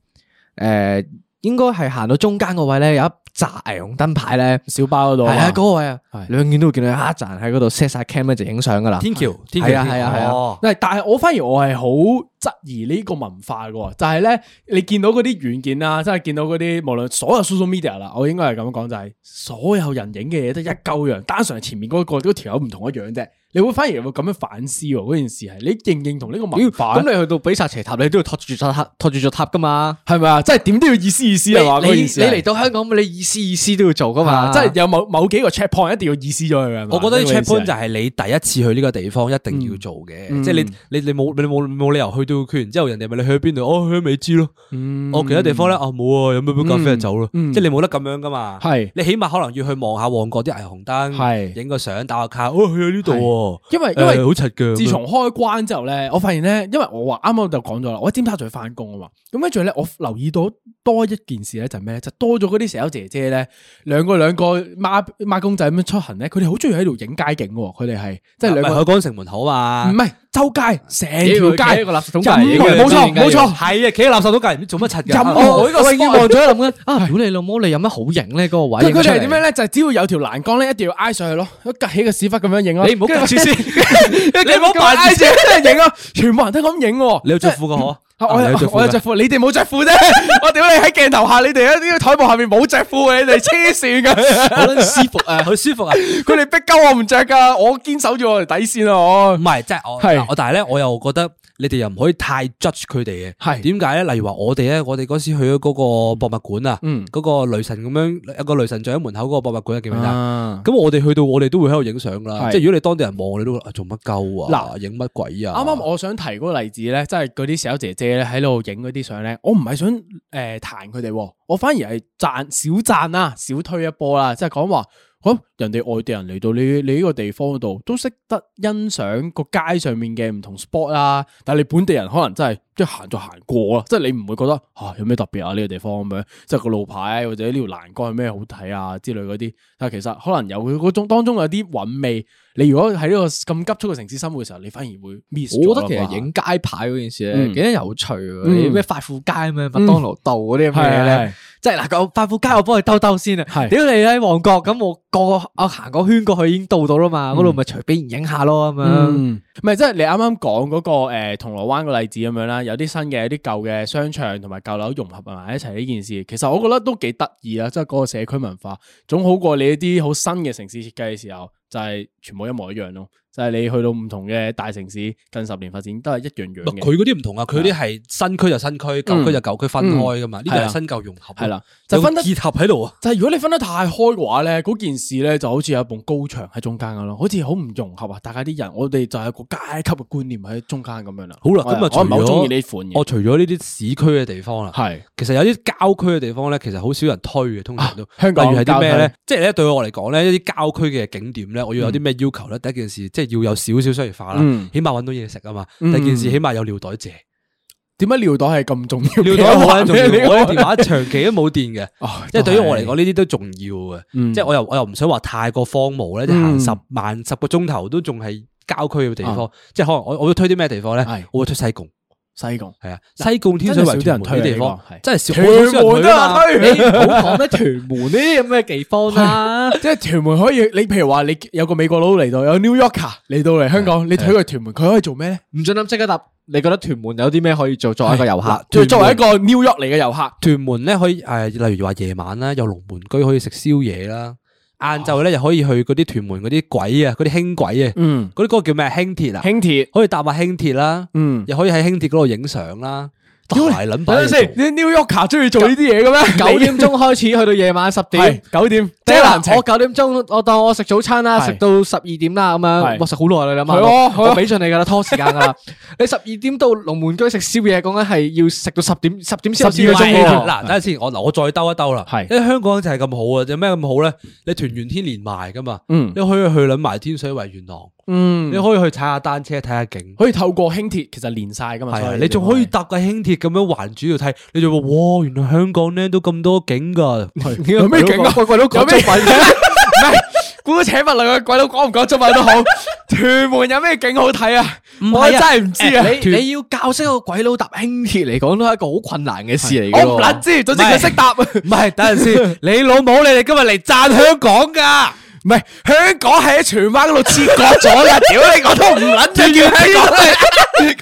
诶、應該係行到中間個位咧，有一扎霓虹燈牌咧，小包嗰度係啊，嗰、啊個位啊係，兩見都會見到有一扎人喺嗰度 set 晒 cam 咧就影相噶啦。天橋，天橋係啊係啊係啊哦嗱，但係我反而我係好質疑呢個文化嘅喎，就係咧你見到嗰啲軟件啦，真係見到嗰啲無論所有 social media 啦，我應該係咁講就係、所有人影嘅嘢都一鳩樣，單純係前面嗰、個嗰條友唔同一樣啫。你會反而會咁樣反思喎，嗰件事係你認唔認同呢個文化咁呢？你去到比薩斜塔，你都要托住座塔，托住座塔噶嘛？係咪啊？即係點都要意思意思你你係嘛？嗰件事係嚟到香港，你意思意思都要做噶嘛？啊，即即係係有某某幾個 checkpoint 一定要意思咗佢係嘛我覺得呢個意思 checkpoint 就係係你第一次去呢個地方一定要做嘅，即係你你你冇你冇冇理由去到佢完之後，人哋問你去邊度，哦去咗美知咯，嗯哦其他地方咧，哦冇啊，飲杯杯咖啡就走咯，嗯嗯即係你冇得咁樣噶嘛。係你起碼可能要去望下旺角啲霓虹燈，係影個相打個卡，哦去咗呢度因為喎，因為誒好柒嘅。自從開關之後咧，我發現咧，因為我話啱啱我就講咗啦，我喺尖沙咀翻工啊嘛，咁跟住咧，我留意到多一件事咧，就係咩咧？就多咗嗰啲社友姐姐咧，兩個兩個孖孖公仔咁樣出行咧，佢哋好中意喺度影街景喎，佢哋係即係唔係兩海個港城門口嘛唔，係周街成條條街街個垃圾桶人嚟嘅冇錯冇錯，係啊，企喺垃圾桶隔離唔知做乜柒任㗎。哦何一個啊我 spot 已經望咗諗緊啊！屌你老母，你有乜好影咧？嗰個位佢佢哋係點影出嚟樣咧？就係只要有條欄杆咧，一定要挨上去咯，一趌起個屎忽咁樣影咯。你唔好夾住先， (laughs) 你唔好扮住先影咯，全部人都咁影喎。你有着褲嘅嗬？啊我啊有你有着褲我有 (laughs) 嘅着褲，你哋冇着褲啫。 (laughs) 我屌你喺鏡頭下，你哋喺呢個台幕下面冇着褲嘅，你哋黐線 (laughs) 噶。好撚舒服啊，好舒服啊！佢哋逼鳩我唔着噶，我堅守住我條底線啊！我唔係，即係我係嗱我，但係咧，我又覺得你哋又唔可以太 judge 佢哋嘅。係點解咧？例如話我哋咧，我哋嗰時去咗嗰個博物館啊，嗯嗰個雷神咁樣有個雷神像喺門口嗰個博物館啊，記唔記得？啊咁我哋去到，我哋都會喺度影相噶啦。係即係如果你當地人望，你都覺得啊做乜鳩啊？嗱影乜鬼啊？啱啱我想提嗰個例子咧，即係嗰啲小姐姐咧喺度影嗰啲相咧，我唔係想誒彈佢哋喎，我反而係讚小讚啦，小推一波啦，即係講話，咁人哋外地人嚟到你你呢個地方度都識得欣賞個街上面嘅唔同 spot 啦，但係你本地人可能真係即係行就行過啦，即係你唔會覺得啊有咩特別啊呢個地方咁樣，即係個路牌或者呢條欄杆有咩好睇啊之類嗰啲，但係其實可能有佢嗰種當中有啲韻味。你如果喺呢個咁急促嘅城市生活嘅時候，你反而會 miss 咗我覺啦得其實嘛影街牌嗰件事咧嗯幾得有趣喎，嗯你咩快富街咩麥當勞道嗰啲咁嘅嘢係係咧係，即係嗱個快富街我幫你兜兜先啊，係屌你喺旺角咁我個我行個圈過去已經到到啦嘛，嗰度嗯咪隨便影下咯咁樣。嗯，唔係即係你啱啱講嗰個誒銅鑼灣個例子咁樣啦，有啲新嘅、有啲舊嘅商場同埋舊樓融合埋一齊呢件事，其實我覺得都幾得意啊！即係嗰個社區文化，總好過你一啲好新嘅城市設計嘅時候，就係全部一模一樣咯。就係你去到唔同嘅大城市，近十年發展都係一樣樣唔係嘅。佢嗰啲唔同嗯啊，佢啲係新區就新區，舊區就舊區分開噶嘛。呢個係係啊新舊融合啊，嗯係啦就分得有結合喺度啊。就係如果你分得太開嘅話咧，嗰件事咧就好似有一埲高牆喺中間咁咯，好似好唔融合啊！大家啲人，我哋就係有個階級嘅觀念喺中間咁樣啦。好啦，我咁啊，我唔係好中意除咗呢款嘢。我除咗呢啲市區嘅地方啦，係其實有啲郊區嘅地方咧，其實好少人推嘅，通常都。香例港如係啲咩郊咧區？即係咧對我嚟講咧，一啲郊區嘅景點咧，我要有啲咩要求咧？第一件事即係要有少少商業化啦，嗯起碼揾到嘢食啊嘛。第嗯二件事起碼有尿袋借，點解尿袋係咁重要？尿袋好 (laughs) 撚重要。你我嘅電話長期都冇電 (laughs) 嘅，哦即係對於我嚟都係講呢啲都重要嘅。嗯即係我又我又唔想話太過荒蕪咧，即係嗯行啊十萬十個鐘頭都仲係郊區嘅地方。即係可能我我會推啲咩地方咧係？我會推西貢。西貢係啊，西貢天水真係圍少啲人屯門呢啲地推啊方呢個係真係少，好屯少人門推 (laughs) 啊嘛都有推你唔好講咩屯門呢啲咁嘅地 (laughs) 方啦，即係屯門可以，你譬如話你有個美國佬嚟到，有 New Yorker 嚟到嚟香港，你睇佢屯門，佢可以做咩咧？唔准諗即刻答。你覺得屯門有啲咩可以做？作為一個遊嗱客，作作為一個 New York 嚟嘅遊客，屯門咧可以誒、呃例如話夜晚啦，有龍門居可以食宵夜啦。晏晝咧又可以去嗰啲屯門嗰啲軌啊，嗰啲輕軌啊，啊嗯，嗰啲嗰個叫咩輕鐵啊，輕鐵，可以搭下輕鐵啦，嗯，又可以喺輕鐵嗰度影相啦。大屌你撚擺等陣先，嘢你 New Yorker 中意做呢啲嘢嘅咩？ (laughs) 九點鐘開始去到夜晚十點係。九點，即即系係嗱，我難九點鐘，我當我食早餐啦，係食到十二點啦，咁樣，係我食好耐啦，你係諗咯下，係咯我俾盡你噶啦，拖時間噶 (laughs) 啦。你十二點到龍門居食宵夜，講緊係要食到十點，十點先十二有個宵鐘夜喎，喎。嗱，等下先，我嗱我再兜一兜啦。係因為香港就係咁好啊，有咩咁好咧？你團圓天連埋噶嘛，嗯你可以去撚埋天水圍、元朗，嗯你可以去踩下單車，睇下景。可以透過輕鐵其實連晒噶嘛，係所啊，以你仲可以搭架輕鐵咁樣環主要睇，你就話哇，原來香港咧都咁多景 (laughs) 㗎。有咩景啊？鬼佬講中文嘅， (laughs) 唔係姑且勿論個鬼佬講唔講中文都 (laughs) 好，屯門有咩景好睇啊？我真係唔知啊！你你要教識個鬼佬搭輕鐵嚟講，都係一個好困難嘅事嚟嘅喎。我唔撚知，總之佢識答。唔係，等陣先， (laughs) 你老母你哋今日嚟讚香港㗎。唔係香港喺荃灣嗰度切割咗啦，屌你我都唔撚就叫香港啦，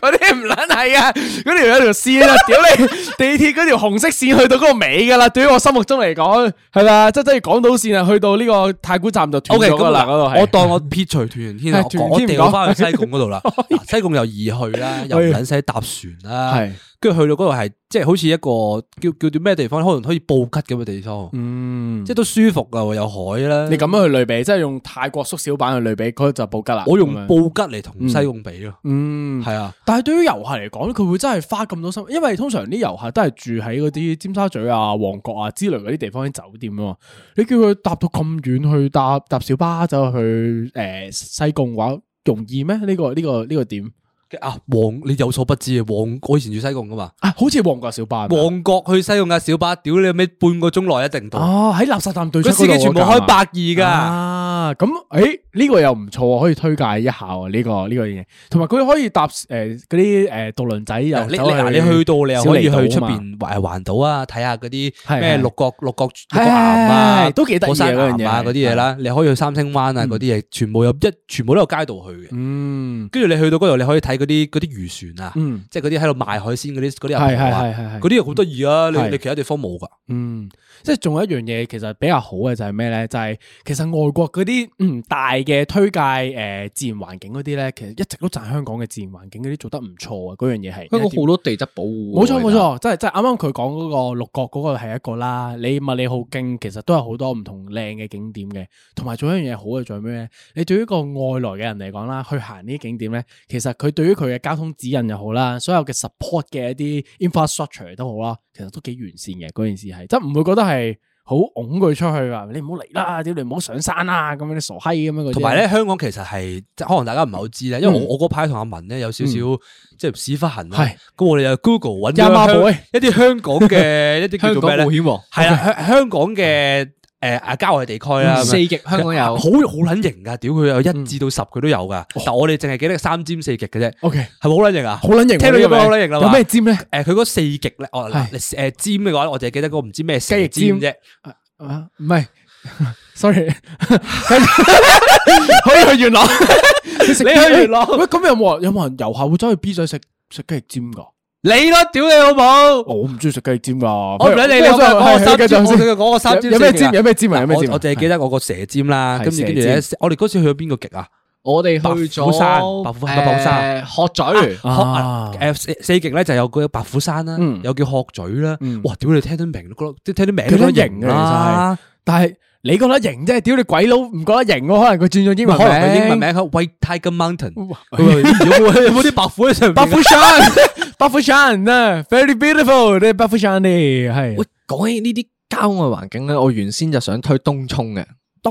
嗰啲唔撚係啊，嗰條有條線啦， (laughs) 屌你地鐵嗰條紅色線去到嗰個尾㗎啦，對於我心目中嚟講係啦，即係即係港島線啊，去到呢個太古站就 O 斷 K，咗㗎咁啦，嗱嗰度係我當我撇除團圓天啊，係我我團圓天唔掉講翻去西貢嗰度 (laughs) 啦。嗱西貢又易去啦，又唔撚使搭船啦係，跟住去到嗰度係即係好似一個叫叫做咩地方，可能可以布吉咁嘅地方，嗯即係都舒服噶，有海啦。你咁樣去類比，即係用泰國縮小版去類比，嗰就布吉啦。我用咁樣布吉嚟同西貢比咯，嗯，係啊，但係對於遊客嚟講，佢會真係花咁多心，因為通常啲遊客都係住喺嗰啲尖沙咀啊、旺角啊之類嗰啲地方啲酒店啊嘛。你叫佢搭到咁遠去搭搭小巴走去誒、呃西貢嘅話，容易咩？呢、個呢、個呢、個點啊旺你有所不知啊，旺我以前住西貢噶嘛，啊？好似旺角小巴係咪旺角去西貢啊嘅小巴，屌你咩半個鐘內一定到，啊，喺垃圾站對出個嗰司機全部開百二噶。啊，咁誒呢個又唔錯喎，可以推介一下喎呢個呢個嘢，同埋佢可以搭誒嗰啲誒渡輪仔又嗱你走你嗱你去到你又小可以離島去出啊嘛邊環環島啊，睇下嗰啲係咩係六角六角六角係岩啊，係都幾得意啊火山岩啊嗰樣嘢嗰啲嘢啦，你可以去三星灣啊嗰啲嘢，全部有一全部都有街道去嘅。嗯跟住你去到嗰度，你可以睇嗰啲嗰啲漁船啊，嗯即係嗰啲喺度賣海鮮嗰啲嗰啲阿係婆係啊，係係嗰係啲嘢好得意係啊！你你其他地方冇噶，嗯，即係仲有一樣嘢其實比較好嘅就係咩咧？就係、其實外國嗰啲嗯大嘅推介誒、呃自然環境嗰啲咧，其實一直都讚香港嘅自然環境嗰啲做得唔錯啊！嗰樣嘢係 (laughs) 香港好多地質保啊護。冇錯冇。錯，真係真係啱啱佢講嗰個六角嗰個係一個啦，你麥理浩徑其實都有好多唔同靚嘅景點嘅，同埋仲有一樣嘢好嘅在咩咧？你對於一個外來嘅人嚟講啦，去行呢啲景點咧，其實佢對於佢嘅交通指引又好啦，所有嘅 support 嘅一啲 infrastructure 都好啦，其實都幾完善嘅嗰件事係，即係唔會覺得係好拱佢出去話你唔好嚟啦，屌你唔好上山啦，咁樣你傻閪咁樣嗰啲。同埋咧香港其實係即係可能大家唔係好知咧，因為我我嗰排同阿文咧有少少即係屎忽痕啊嗯係，咁我哋就 Google 揾廿孖咗妹香一啲香港嘅 (laughs) 一啲叫香港做咩保咧？險喎，系啦，啊香香港嗯嘅诶啊郊外地區啦，咁樣啊四極香港 (laughs) 好有。好撚型噶，屌佢有嗯一至到十佢都有噶，但我哋淨係記得三尖四極嘅啫，係 OK，咪好撚型啊？哦好撚型喎，聽到呢有個咩名好撚型啊啦嘛？有咩尖咧？诶，佢嗰四極咧，哦嗱，係诶尖嘅話，我淨係記得嗰個唔知咩雞翼蛇尖啫，啊，唔係 (laughs) ，sorry，可以去元朗，你食 (laughs) 你去元朗喂，咁有冇人有冇人遊客會走去 B 仔食食雞翼尖噶？你咯，屌你老母！我唔中意食雞翼尖噶，我唔理你啦，我講我三尖，我有講我三尖有咩四極啊尖？有咩尖啊？有咩我尖啊？我淨係記得我個蛇尖啦，係跟住蛇跟住咧，我哋嗰次去咗邊個極啊？我哋白去虎咗山白虎白虎山誒鶴咀。啊誒四四極咧就有個白虎山啦嗯，有叫鶴咀啦嗯，哇！屌你聽得明，覺得聽啲名幾都撚覺得型型啊啦。但係你覺得型啫，屌你鬼佬唔覺得型喎，可能佢轉咗英文可能佢英名文名係 White Tiger Mountain，佢話有 (laughs) 冇有冇啲白虎喺上面白虎山，白虎山啊，very beautiful，你白虎山呢係喂，講起呢啲郊外環境咧，我原先就想推東涌嘅。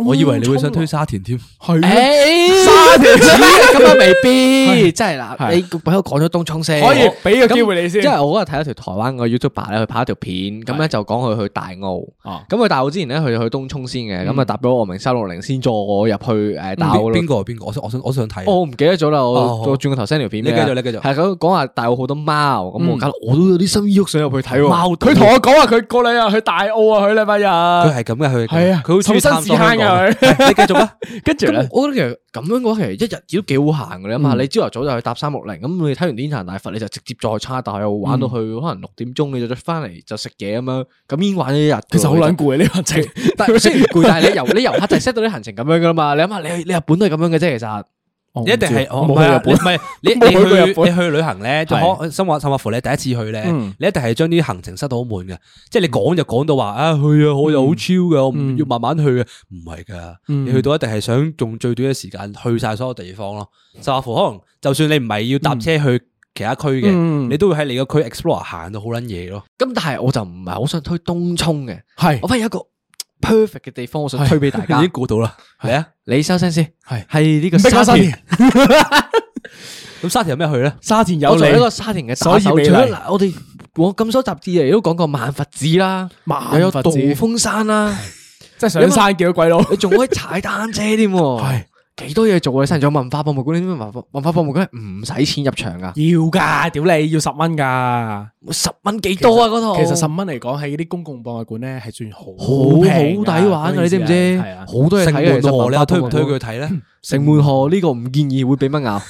我以為你會想推沙田添，係咯誒嗯沙田 (laughs) 咁啊未必，係真係啦。係你俾我講咗東涌哎先，可以我俾個機會你先因為我嗰日睇咗條台灣個 YouTuber 咧，佢拍一條片，咁咧就講佢去大澳。哦啊咁佢大澳之前咧，佢就去東涌先嘅，咁啊搭咗我明三六零先坐我入去誒大澳嗯邊咯邊。個係邊個？我想我想我想睇。我唔記得咗啦，哦我好我轉個頭 send 條片你俾繼續你繼續係咁講話大澳好多貓，咁我嗯搞到我都有啲心喐想入去睇喎。貓佢同我講話佢過兩日去大澳啊，佢禮拜日。佢係咁嘅，佢係咁係啊佢好中意探索 (laughs) 好新試香港係你繼續啦。跟住咁，我覺得其實咁樣嘅話，其實一日都幾好行嘅啦嘛。嗯你朝頭早就去搭三六零，咁你睇完天壇大佛，你就直接再叉大澳玩到去可嗯能六點鐘，你就翻嚟就食嘢咁樣，咁已經玩咗一日㗎喎。其實好撚攰呢個行 (laughs) 程，但係雖然攰，但係你遊你遊客就 set 到啲行程咁樣噶啦嘛。你諗下，你去你日本都係咁樣嘅啫，其實。你一定係我唔唔係啊去你日唔係你冇 (laughs) 去過你日去本你去旅行咧，就係可甚或甚或乎你第一次去咧，嗯你一定係將啲行程塞到好滿嘅，即係你講就講到話啊去啊，我又好超嘅，我唔嗯要慢慢去嘅，唔係㗎。嗯你去到一定係想用最短嘅時間去晒所有地方咯。甚或乎可能就算你唔係要搭車去其他區嘅，嗯你都會喺你個區 explore 行到好撚嘢咯。咁但係我就唔係好想推東涌嘅，係我反而有一個 perfect 嘅地方，我想推俾大已家經。估到啦，係啊。你收聲先，係系呢個逼我沙沙田田，咁沙田有咩去 (laughs) 咧？沙田有我你作為一個沙田嘅打所以手，美麗除咗嗱我哋往咁多集志嚟都講過萬佛寺啦，萬又有佛道寺風山啦，即係上山見到鬼佬，你仲可以踩單車添喎，幾多嘢做嘅。沙田仲有文化博物館，你知唔知文化文化博物館係唔使錢入場噶， (laughs) 要噶，屌你要十蚊噶。十蚊幾多啊嗰套？其實十蚊嚟講喺啲公共博物館咧係算好好好平㗎抵玩嗰噶，陣你知唔知？時係係啊，好多嘢城睇嘅。門其實河文你化又博推啊物唔推館佢睇咧？ (clears throat) 城門河呢個唔建議會俾蚊咬，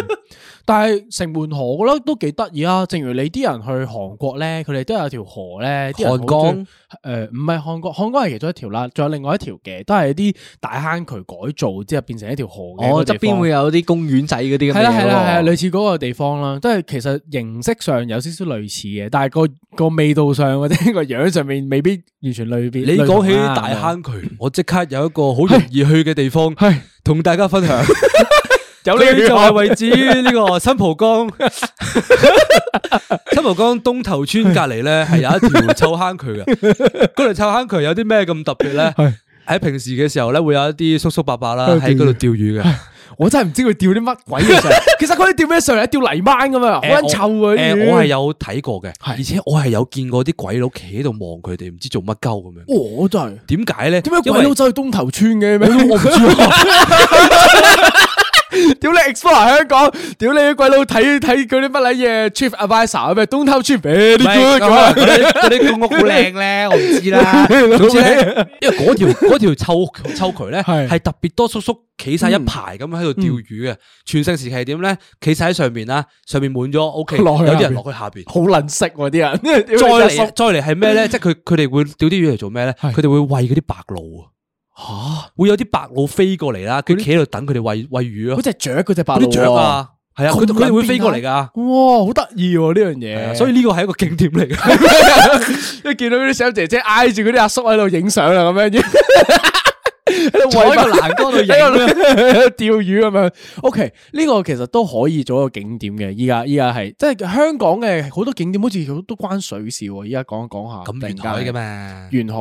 (laughs) 但係城門河我覺得都幾得意啊！正如你啲人去韓國咧，佢哋都有條河咧，啲人好中韓江誒唔係韓國，韓國係其中一條啦，仲有另外一條嘅，都係啲大坑渠改造之後變成一條河嘅。我哦側邊會。有啲公園仔嗰係啲咁嘅嘢啦係啦係啦，喎類似嗰個地方啦，都係其實形式上有少少類似嘅，但係個個味道上或者個樣上面未必完全類別。你類啊講同起啦大咁樣坑渠，我即刻有一個好容易去嘅地方，同大家分享。 (laughs) 有呢個就係位置於呢 (laughs) 個新蒲江，新蒲江東頭村隔離咧係有一條臭 (laughs) 坑渠嘅。嗰條臭坑渠有啲咩咁特別咧？喺平時嘅時候咧，會有一啲叔叔伯伯 (laughs) 啦喺嗰度釣魚嘅。我真係唔知佢釣啲乜鬼嘢上 (laughs) 嚟。其實佢哋釣咩上嚟？釣泥鯭咁啊，好誒撚臭啊！誒啲魚我係有睇過嘅，而且我係有見過啲鬼佬企喺度望佢哋，唔知做乜鳩咁樣。我真係點解咧？點哦解因鬼為佬走去東頭村嘅咩？ (laughs) 我唔知。屌你 explore 香港，屌你啲鬼佬睇睇嗰啲乜撚嘢 chief advisor 咩東頭村 very 唔係 good 咁啊嗰啲嗰啲公屋好靚咧，我唔 (laughs) 知啦。總之咧，因為嗰條 (laughs) 嗰條臭臭渠咧，係嗯係特別多叔叔企晒一排咁喺度釣魚嘅。全盛時期係點咧？企晒喺上面啦，上面滿咗，OK，有落去下邊啲人落去下邊。好撚識喎 (laughs) 啲人。再屌你真嚟係嗯再嚟係咩咧？即係佢佢哋會釣啲魚嚟做咩咧？佢哋會餵嗰啲白鷺啊。吓，會有啲白鷺飛過嚟啦，佢企喺度等佢哋餵餵魚好咯。似雀嗰只白嗰鷺啲雀，啊，係啊，佢咁佢哋撚會飛變過態嚟㗎。哇，好得意喎呢樣係啊嘢。所以呢個係一個景點嚟嘅。 (laughs) 一見到啲小姐姐挨住嗰啲阿叔喺度影相啦，咁 (laughs) 樣坐喺個欄杆度啊影 (laughs) 喺度釣魚咁樣。OK，呢個其實都可以做一個景點嘅。依家依家係即係香港嘅好多景點，好似都都關水事喎。依家講一講下，突咁然沿間海嘅嘛，沿海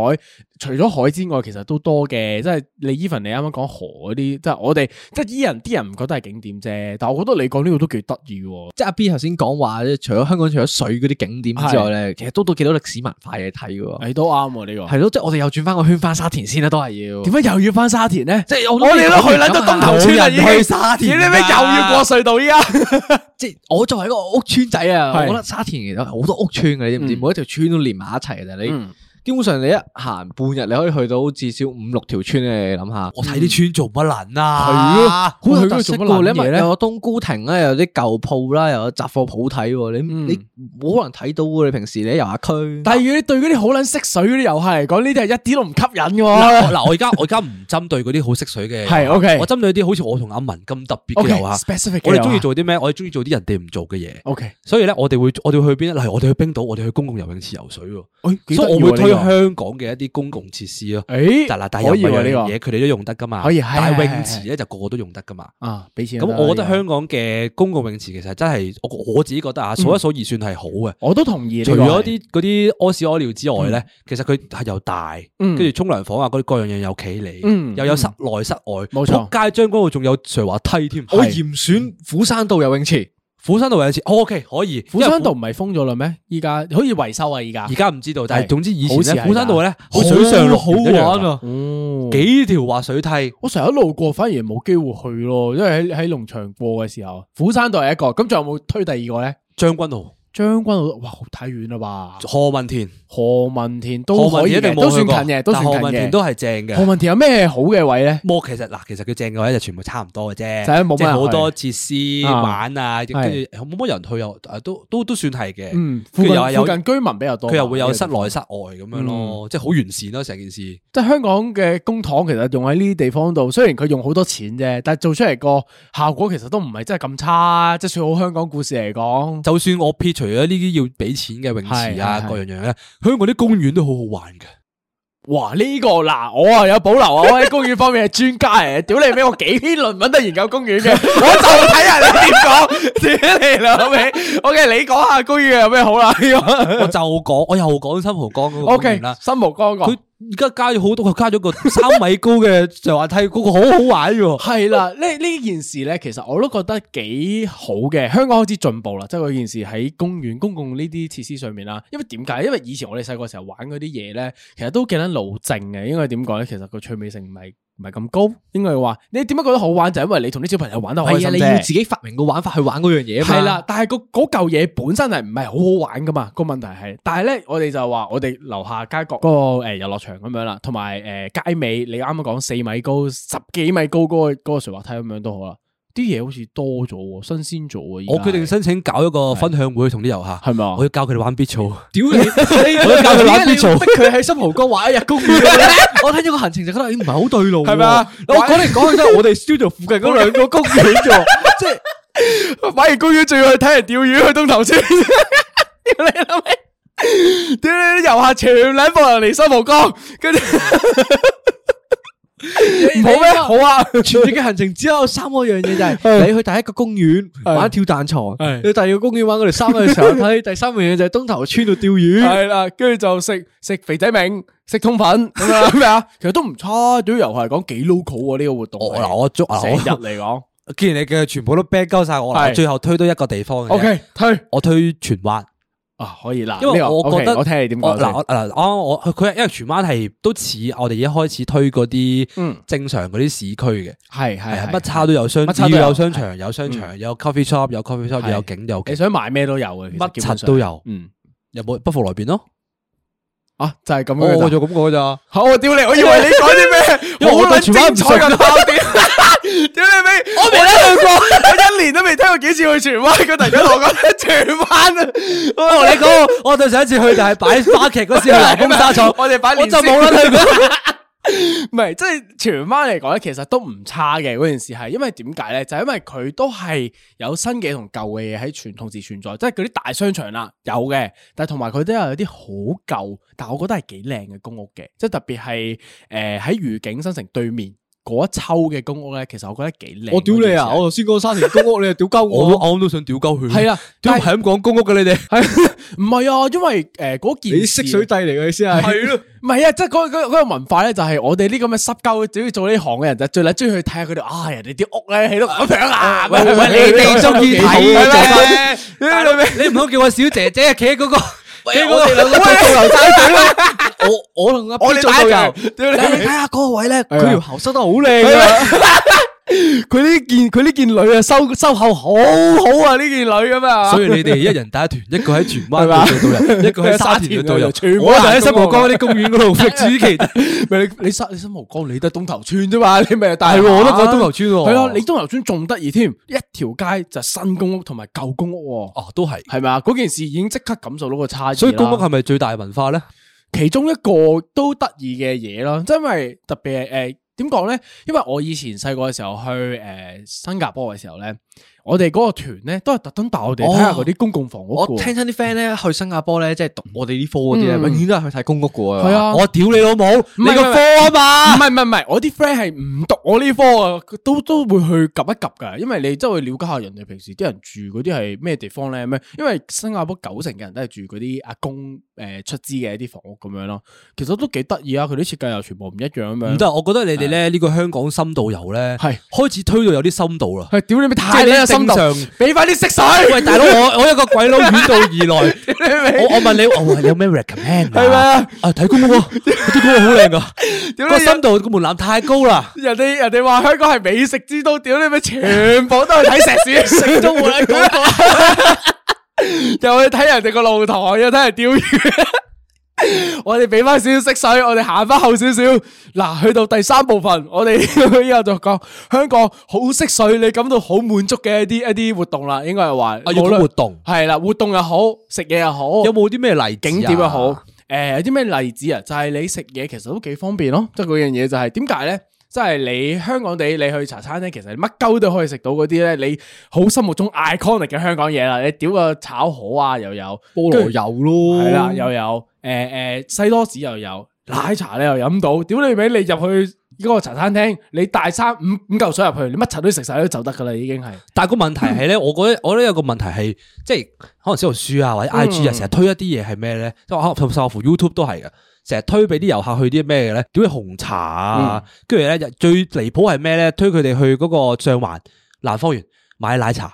除咗海之外，其實都多嘅，即係你 even 你啱啱講河嗰啲，即係我哋即係依人啲人唔覺得係景點啫，但我覺得你講呢個都幾得意喎。即係阿 B 頭先講話，除咗香港除咗水嗰啲景點之外咧，其實都到幾多歷史文化嘢睇嘅喎。你都啱喎呢個。係咯，即係我哋又轉翻個圈翻沙田先啦，都係要。點解又要翻沙田咧？即係我我哋都去撚到東頭村啦，啊已經啊冇人去沙田㗎你咩又要過隧道依家？即係我作為一個屋村仔啊，係我覺得沙田其實好多屋村嘅，你知唔知？嗯每一條村都連埋一齊嘅，你嗯基本上你一行半日，你可以去到至少五六條村嘅，你諗下。我睇啲村做乜撚啊？啊，好有特佢色嗰度做乜喎！撚你咪嘢呢有冬菇亭啦，有啲舊鋪啦，又有雜貨鋪睇喎。嗯你你冇可能睇到喎！你平時你喺遊客區，但係如果你對嗰啲好撚識水嗰啲遊客嚟講，呢啲係一啲都唔吸引嘅喎。嗱，我嗱我而家我而家唔針對嗰啲好識水嘅，啊係 OK 我針對啲好似我同阿文咁特別 OK，嘅遊客。 specific 嘅啊我遊哋客中意做啲咩？我哋中意做啲人哋唔做嘅嘢。 OK，所以咧，我哋會我哋會去邊？例如我哋去冰島，我哋去公共游泳池游水喎。幾所得以意我喎會推呢個香港嘅一啲公共設施咯。誒但嗱，但可係以有喎呢樣個嘢，佢哋都用得噶嘛。可以係但係係係泳池咧就個個都用得噶嘛。啊，俾錢咁啦我覺得呢個香港嘅公共泳池其實真係我我自己覺得啊，嗯數一數二算係好嘅。我都同意呢個除係。咗啲嗰啲屙屎屙尿之外咧，其實佢係又大，嗯跟住沖涼房啊，嗰啲各樣嘢有企理，嗯又有室內室外，冇錯仆街將軍澳仲有上滑梯添。我我嫌嚴選虎山道游泳池。釜山道有一次哦，OK 可以。虎山道唔係封咗啦咩？依家好似維修啊，依家而。家唔知道，但係係總之以前好似係咧，釜山道咧好水上樂好園一樣玩啊㗎！哦幾條滑水梯，我成日一路過，反而冇機會去咯，因為喺喺農場過嘅時候，虎山道係一個，咁仲有冇推第二個咧？將軍澳、將軍澳，哇，太遠啦吧？何文田，何文田何都可文以田一定嘅，冇都算去過近嘅，都但算何近文田嘅。都係正嘅何。文田有咩好嘅位咧？摩其實嗱，其實佢正嘅話就全部差唔多嘅啫，就係冇乜人去即係好多設施啊玩啊，跟住係冇乜人去又啊都都都算係嘅。嗯，附近跟住又係有附近居民比較多，佢又會有室呢個地方內室外咁嗯樣咯，即係好完善咯成件事。即係香港嘅公帑其實用喺呢啲地方度，雖然佢用好多錢啫，但係做出嚟個效果其實都唔係真係咁差，即係算好香港故事嚟講。就算我撇除咗呢啲要俾錢嘅泳池啊係係係各樣樣咧，香港啲公園都好好玩 (laughs) 嘅。哇！呢、個嗱，我啊有保留啊，我喺公園方面係專家嚟嘅，屌你俾我幾篇論文都研究公園 (laughs) 嘅，我就睇下你點講，屌你老味。OK，你講下公園有咩好啦？呢個我就講，我又講新蒲江嗰個 (laughs) 公 OK，園啦。新蒲江個佢而家加咗好多，加咗個三米高嘅上滑梯，嗰個好好 (laughs) 玩喎。系啦，呢呢件事咧，其實我都覺得幾好嘅。香港開始進步啦，即係嗰件事喺公園、公共呢啲設施上面啦。因為點解？因為以前我哋細個時候玩嗰啲嘢咧，其實都幾撚老靜嘅。應該點講咧？其實個趣味性唔係唔係咁高。應該話你點解覺得好玩，就係因為你同啲小朋友玩得開係心啊，啫你要自己發明個玩法去玩嗰樣嘢啊嘛。系啦，，但係個嗰嚿嘢本身係唔係好好玩噶嘛？個問題係，但係咧，我哋就話我哋樓下街角嗰、個个呃遊樂場咁樣啦，同埋诶街尾，你啱啱講四米高、十幾米高嗰、個个、嗰個垂滑梯咁樣都好啦，啲嘢好似多咗喎，新鮮咗喎。我決定申請搞一個分享會，同啲遊客，係咪啊我要教佢哋玩 B 槽。屌你， (laughs) 我教佢玩 B 槽逼佢喺新蒲江玩一日公園咧。 (laughs) 我睇咗個行程就覺得咦唔係好對路喎，係咪啊我講嚟講去都係我哋 studio 附近嗰兩 (laughs) 個公園啫，即係。反而公園仲要去睇人釣魚去東頭先，屌你老味！屌你啲遊客全撚放人嚟新蒲江，跟住唔好咩？好啊！全日嘅行程只有三個樣嘢，就係你去第一個公園玩跳彈床，係你去第二個公園玩我哋三個嘅時候 (laughs) 睇，第三樣嘢就係東頭村度釣魚。系啦，跟住就食食肥仔明，食 (laughs) 通粉咁啊咩啊，其實都唔差，對於遊客嚟講幾 local 啊呢個活動係。我嗱我捉成日嗱嚟 (laughs) 講我，既然你嘅全部都 back 鳩晒我啦，係我最後推多一個地方嘅啫。 ，OK 推我推荃灣，啊可以啦，因呢為個我覺 OK，得我聽你點我講嗱先。我嗱我我佢佢因為荃灣係都似我哋一開始推嗰啲嗯正常嗰啲市區嘅。係係啊係乜叉都有商，乜叉都要有嗯有商場，有商場，有 coffee shop，有 coffee shop，係有景有你景，想買咩都有嘅，其實乜基本柒上都有嗯有冇不服來 (laughs) 辯咯？啊就係咁我樣我嘅咋。就咁講咋，好我屌你，我以為你講啲咩，因為我好撚對荃灣唔精彩熟嘅爆點。 (laughs) 屌你尾，我未聽過，我一年都未聽過幾次去荃灣，佢突然間同我講荃灣啊，我同你講，我對上一次去就係擺花劇嗰時去南豐紗廠，我哋擺我連就線冇啦去過。唔係，即係荃灣嚟講咧，其實都唔差嘅嗰件事係，因為點解咧？就係因為佢都係有新嘅同舊嘅嘢喺存同時存在，即係嗰啲大商場啦有嘅，但係同埋佢都有啲好舊，但我覺得係幾靚嘅公屋嘅，即係特別係誒喺愉景新城對面嗰一抽嘅公屋咧，其實我覺得幾靚。我屌你啊！我頭先講沙田公屋，你又屌鳩我都我。我都想屌鳩佢。係啊屌但係係咁講公屋嘅你哋，係唔係啊？因為誒嗰、件你啲事啊識水帝嚟嘅，你先係。係咯，唔係啊，即係嗰嗰嗰個文化咧，就係我哋呢咁嘅濕鳩，主要做呢行嘅人就最撚中意去睇下佢哋啊，人哋啲屋咧起到咁樣啊，喂喂你哋中意睇嘅大佬啫，你唔好叫我小姐姐企喺嗰個，企喺嗰我哋兩個做導 어, 遊仔隊啦。我我同阿 B 做導遊。屌你你睇下嗰個位咧，佢條喉收得好靚啊！佢呢件佢呢件女啊收收口好好啊呢件女咁啊，所以你哋一人帶一團，一個喺荃灣係嘛度做導遊，一個喺沙田度導遊，沙田嗰度我就喺新蒲江嗰啲公園嗰度食主其咪你你新你新蒲江你都係東頭村啫嘛，你咪但係喎我都覺得東頭村喎係啊，你東頭村仲得意添，一條街就新公屋同埋舊公屋喎，哦，都係。係咪啊？嗰件事已經即刻感受到個差異啦所以公屋係咪最大文化咧？其中一個都得意嘅嘢咯，即係因為特別係誒點講咧？因為我以前細個嘅時候去誒、呃新加坡嘅時候咧，我哋嗰個團咧都係特登帶我哋睇下嗰啲公共房屋我㗎喎聽親啲 friend 咧去新加坡咧，即係讀我哋呢科嗰啲咧，嗯永遠都係去睇公屋嘅喎。係啊我屌你老母，你個科唔啊嘛！係唔係唔係，我啲 friend 係唔讀我呢科啊，都都會去及一及噶，因為你真係去了解下人哋平時啲人住嗰啲係咩地方咧咩？因為新加坡九成嘅人都係住嗰啲阿公誒、呃出資嘅一啲房屋咁樣咯，其實都幾得意啊！佢啲設計又全部唔一樣咁樣。唔得，我覺得你哋咧呢個香港深度遊嗯咧，係開始推到有啲深度啦。係屌你咪太即你係你啊心正度常，俾翻啲色水。喂，大 (laughs) 佬，我我一個鬼佬遠道而來，我我問你，我話你有咩 recommend 㗎係咪啊？啊，睇公屋啊，啲公屋好靚噶， (laughs) 屌個你深度個門檻太高啦。 (laughs) 人哋人哋話香港係美食之都，屌你咪全部都去睇石屎，食都冇喺嗰度， (laughs) 又去睇人哋個露台，又睇人釣魚。 (laughs) 我哋俾翻少少色水，我哋行翻後少少。嗱，去到第三部分，我哋 (laughs) 依家就講香港好色水，你感到好滿足嘅一啲一啲活動啦。應該係話，啊要講無論活動係啦，活動又好，食嘢又好，有冇啲咩例子啊景點又好，誒、有啲咩例子啊？就係、你食嘢其實都幾方便咯，即係嗰樣嘢就係點解咧？即係你香港地，你去茶餐廳，其實你乜鳩都可以食到嗰啲咧，你好心目中 iconic 嘅香港嘢啦。你屌個炒河啊，又有菠蘿油咯，係啦，又有誒誒西多士又有奶茶，你又飲到，屌你尾你入去嗰個茶餐廳，你大餐五五嚿水入去，你乜茶都食晒都就得噶啦，已經係。但係個問題嗯係咧，我覺得我覺得有個問題係，嗯啊即係可能小紅書啊或者 I G 啊，成日推一啲嘢係咩咧？即係可能甚至乎 YouTube 都係嘅，成日推俾啲遊客去啲咩嘅咧？屌去紅茶嗯啊，跟住咧最離譜係咩咧？推佢哋去嗰個上環蘭芳園買奶茶，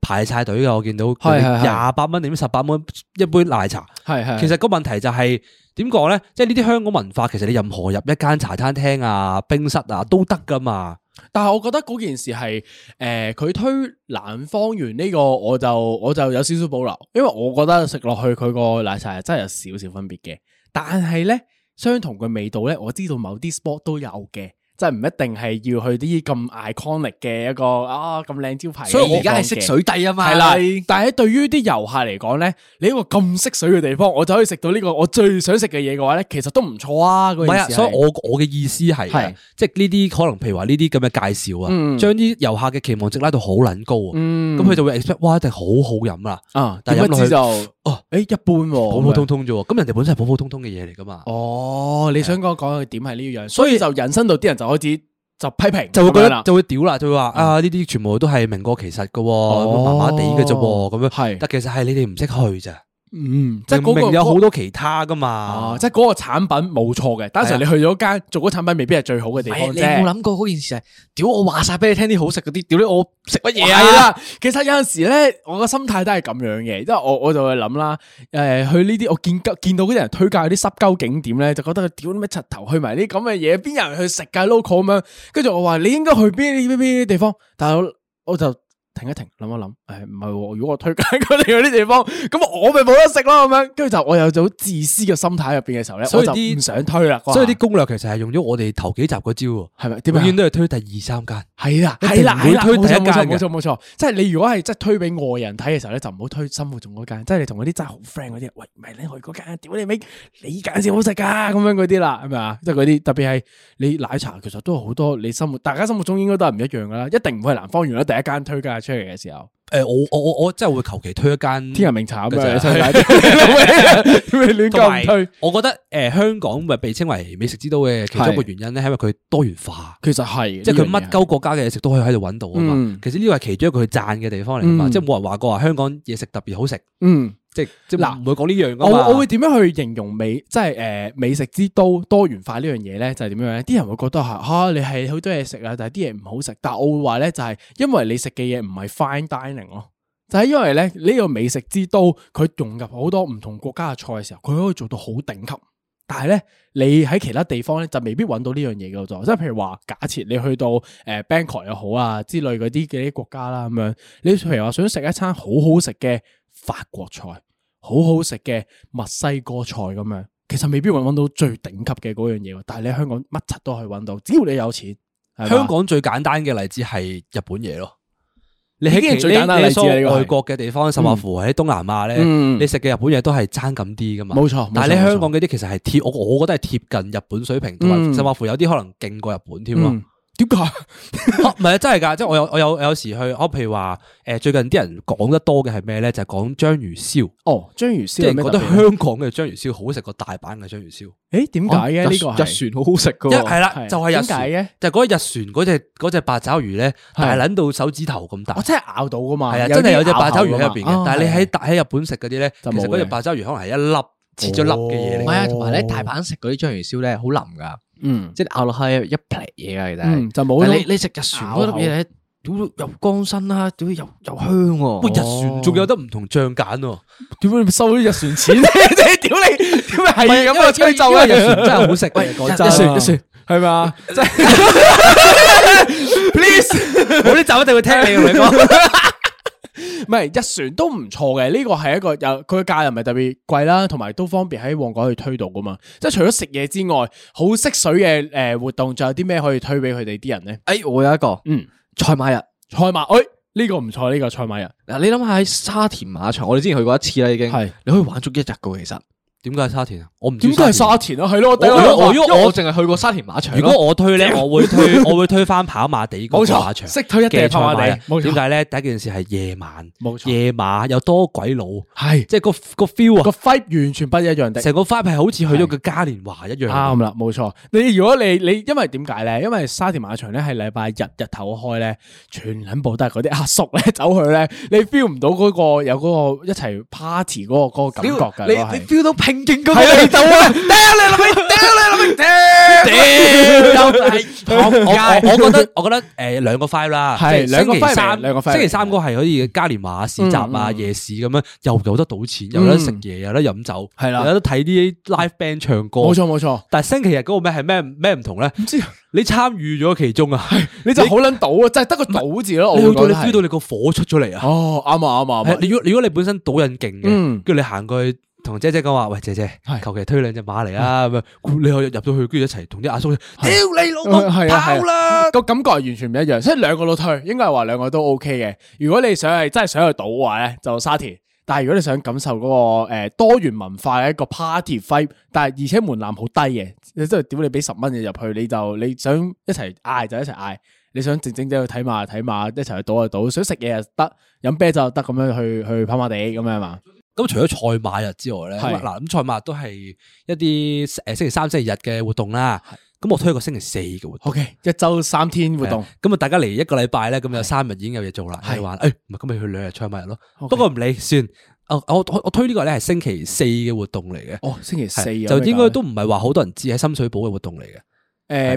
排晒隊嘅，我見到係係係廿八蚊定十八蚊一杯奶茶。系其實個問題就係點講咧？即係呢啲香港文化，其實你任何入一間茶餐廳啊、冰室啊都得噶嘛。但系我覺得嗰件事係诶，佢、推南方園呢個，我就我就有少少保留，因為我覺得食落去佢個奶茶係真係有少少分別嘅。但係咧，相同嘅味道咧，我知道某啲 spot 都有嘅，即係唔一定係要去啲咁 iconic 嘅一個啊咁靚招牌嘅地所方嘅。以而家係識水底啊嘛，系啦，但系對於啲遊客嚟講咧，你一個咁識水嘅地方，我就可以食到呢個我最想食嘅嘢嘅話咧，其實都唔錯啊！唔嗰係件啊，事係所以我我嘅意思係啊係，即係呢啲可能譬如話呢啲咁嘅介紹啊，嗯將啲遊客嘅期望值拉到好撚高啊，嗯咁佢就會 expect 哇一定好好飲啦，啊，但但系係飲落去就哦哦，诶，一般喎，普普通通啫喎，咁人哋本身係普普通通嘅嘢嚟噶嘛，哦，你想講講嘅點係呢樣，所以就引申到啲人就開始就批評，就咁會覺樣得啦嗯就會屌啦，就會話啊呢啲全部都係名過其實嘅喎，啊哦麻麻地嘅啫喎，咁樣係但其實係你哋唔識去咋，哦嗯，即即係嗰明個有好多其他噶嘛啊，，即係嗰個產品冇錯嘅，單啊純你去咗間做嗰個產品未必係最好嘅地唔方係你有冇啫。諗過嗰件事係？屌我話晒俾你聽啲好食嗰啲，屌你我食乜嘢係啊？啦，其實有陣時咧，我個心態都係咁樣嘅，因為我我就會諗啦，诶、去呢啲我見見到嗰啲人推介嗰啲濕鳩景點咧，就覺得屌咩柒頭去埋啲咁嘅嘢，邊有人去食㗎 local 咁樣？跟住我話你應該去邊啲邊啲地方，但係我我就停一停，諗一諗，诶唔係喎，如果我推介佢哋嗰啲地方，咁我咪冇得食咯咁樣。跟住就我有種自私嘅心態入邊嘅時候咧，所以我啲就唔想推啦。所以啲攻略其實係用咗我哋頭幾集嗰招喎，係咪點永啊遠都係推第二三間。系啦，一系啦，定唔會係啦推第一間冇錯嘅冇錯冇錯，即係你如果係即係推俾外人睇嘅時候咧，就唔好推心目中嗰間，即係你同嗰啲真係好 friend 嗰啲，喂，唔係你去嗰間，屌你咪你間先好食噶，咁樣嗰啲啦，係咪啊？即係嗰啲特別係你奶茶，其實都有好多你心目，大家心目中應該都係唔一樣噶啦，一定唔會係南方園啦，第一間推介出嚟嘅時候，誒我我我我真係會求其推一間天人名茶咁嘅樣啫你推介，屌你亂同埋咁推，，我覺得誒、呃香港咪被稱為美食之都嘅其中一個係原因咧，係因為佢多元化，其實係，即係佢呢樣乜嘢鳩國家嘅嘢食都可以喺度揾到啊嘛。嗯其實呢個係其中一個佢讚嘅地方嚟啊嘛，嗯即係冇人話過話香港嘢食特別好食，嗯。即係即係嗱唔會講呢樣噶我嘛。我會點樣去形容美即係誒、呃美食之都多元化呢樣嘢咧？就係、點樣咧？啲人會覺得嚇嚇、啊你係好多嘢食啊，但係啲嘢唔好食。但係我會話咧，就係、因為你食嘅嘢唔係 fine dining 咯。就係因為咧，呢、個美食之都佢融入好多唔同國家嘅菜嘅時候，佢可以做到好頂級。但係咧，你喺其他地方咧就未必揾到呢樣嘢嘅啫。即係譬如話，假設你去到誒、呃 Bangkok 又好啊之類嗰啲嘅啲國家啦咁樣，你譬如話想食一餐好好食嘅法國菜。好好食嘅墨西哥菜咁樣，其實未必揾揾到最頂級嘅嗰樣嘢喎。但係你喺香港乜柒都可以揾到，只要你有錢。係嘛香港最簡單嘅例子係日本嘢咯。你喺已經係其最簡單嘅你例子啦啊你呢個係外國嘅地方，甚至乎喺東南亞咧，嗯你食嘅日本嘢都係爭咁啲噶嘛。冇錯冇錯但係你香港嗰啲其實係貼，我我覺得係貼近日本水平，同埋嗯甚至乎有啲可能勁過日本添咯。嗯點解？ (laughs) 啊 (laughs) 唔係真係㗎，即係我有我有我有時去，我譬如話誒、最近啲人講得多嘅係咩咧？就係、講章魚燒，哦，章魚即燒有係咩覺特得別香咧？港嘅章魚燒好食過大阪嘅章魚燒，誒點解嘅哦呢哦個係？日船好好食噶因為啊係啦，係就係日點船解嘅？就係嗰日船嗰隻嗰隻八爪魚咧，係大撚到手指頭咁大我。哦真係咬到噶嘛？哦係啊，真係有隻八爪魚喺入邊邊嘅，但係你喺大喺日本食嗰啲咧，就其冇嘅哦實嗰隻八爪魚可能係一粒切咗粒嘅嘢嚟唔係嘅。啊，同埋咧大阪食嗰啲章魚燒咧好腍噶，嗯即係咬落去一劈嘢啊噶，其實係嗯。就冇但係嗰種你你食日船嗰粒嘢咧，屌又乾身啦，屌又又香喂，喎。日哦船仲有 (laughs) 得唔同醬揀喎，點解你收咗日船錢？屌 (laughs) 你點解係咁啊？吹奏因啊！為日船真係好食嘅。講真日 (laughs) 船日船係咪 (laughs) 啊？我 (laughs) 啲就一定會聽你同你嗯講。唔係日船都唔錯嘅，呢個係一個有佢嘅價又唔係特別貴啦，同埋都方便喺旺角去推到噶嘛。即係除咗食嘢之外，好識水嘅诶活動，仲有啲咩可以推俾佢哋啲人咧？誒，哎我有一個嗯，賽馬日。賽馬，哎呢、個唔錯，呢、個賽馬日嗱，你諗下喺沙田馬場，我哋之前去過一次啦，已經係你可以玩足一日噶，其實。點解係沙田啊？我唔知點解係田沙田啊？係咯，我第一我個諗法我因為我淨係去過沙田馬場咯。如果我推咧，我會推 (laughs) 我會推翻跑馬地冇嗰個錯馬場，識推一定係跑馬地嘅賽馬冇錯點解咧？第一件事係夜晚，冇錯夜馬有多鬼佬，係即係個個 feel 個啊， vibe 完全不一樣的。成個 vibe 係好似去咗個嘉年華一樣。啱啦，冇錯。你如果你你因為點解咧？因為沙田馬場咧係禮拜日日頭開咧，全撚部都係嗰啲阿叔咧走 (laughs) 去咧，你 feel 唔到嗰、個有嗰個一齊 party 嗰、個嗰個感覺㗎。你嗰個係你 feel 到平勁勁過你度啊！屌你老味，屌你我老味，屌！我我我覺得我覺得誒兩個 file 啦，係即兩個星期 file 三兩個 file 星期三個係可以嘉年華市集啊、嗯嗯夜市咁樣，又有得賭錢，又有得食嘢，有得飲酒，係啦有得睇啲 live band 唱歌，冇錯。冇錯，但係星期日嗰個咩係咩咩唔同咧？唔知你參與咗其中啊，你就好撚賭啊，真係得個賭字咯。我你去會到覺你得 feel 係到你個火出咗嚟啊！哦，啱啊啱啊啱係啊，你如果如果你本身賭癮勁嘅嗯，跟住你行過去同姐姐講話，喂姐姐，係求其推兩隻馬嚟啊咁樣，你又入到去，跟住一齊同啲阿叔，屌你老母係啊係跑啊啦！個感覺係完全唔一樣，所以兩個都推，應該係話兩個都 OK 嘅。如果你想係真係想去賭嘅話咧，就沙田。但係如果你想感受嗰、個、呃、多元文化嘅一個 party vibe，但係而且門檻好低嘅，你即係屌你俾十蚊嘢入去，你就你想一齊嗌就一齊嗌，你想靜靜地去睇馬就睇馬，一齊去賭就賭，想食嘢又得，飲啤酒又得，咁樣去去跑馬地咁樣嘛。咁除咗賽馬日之外咧，係咁嗱咁賽馬都係一啲誒星期三、星期日嘅活動啦。咁我推一個星期四嘅活動。 OK，一周三天活動係啊，咁啊，大家嚟一個禮拜咧，咁有三日已經有嘢做啦。係你話誒，唔係咁咪去兩日賽馬日咯。不過唔理算，我我我我推呢個咧係星期四嘅活動嚟嘅。哦，星期四係啊就應該都唔係話好多人知喺深水埗嘅活動嚟嘅。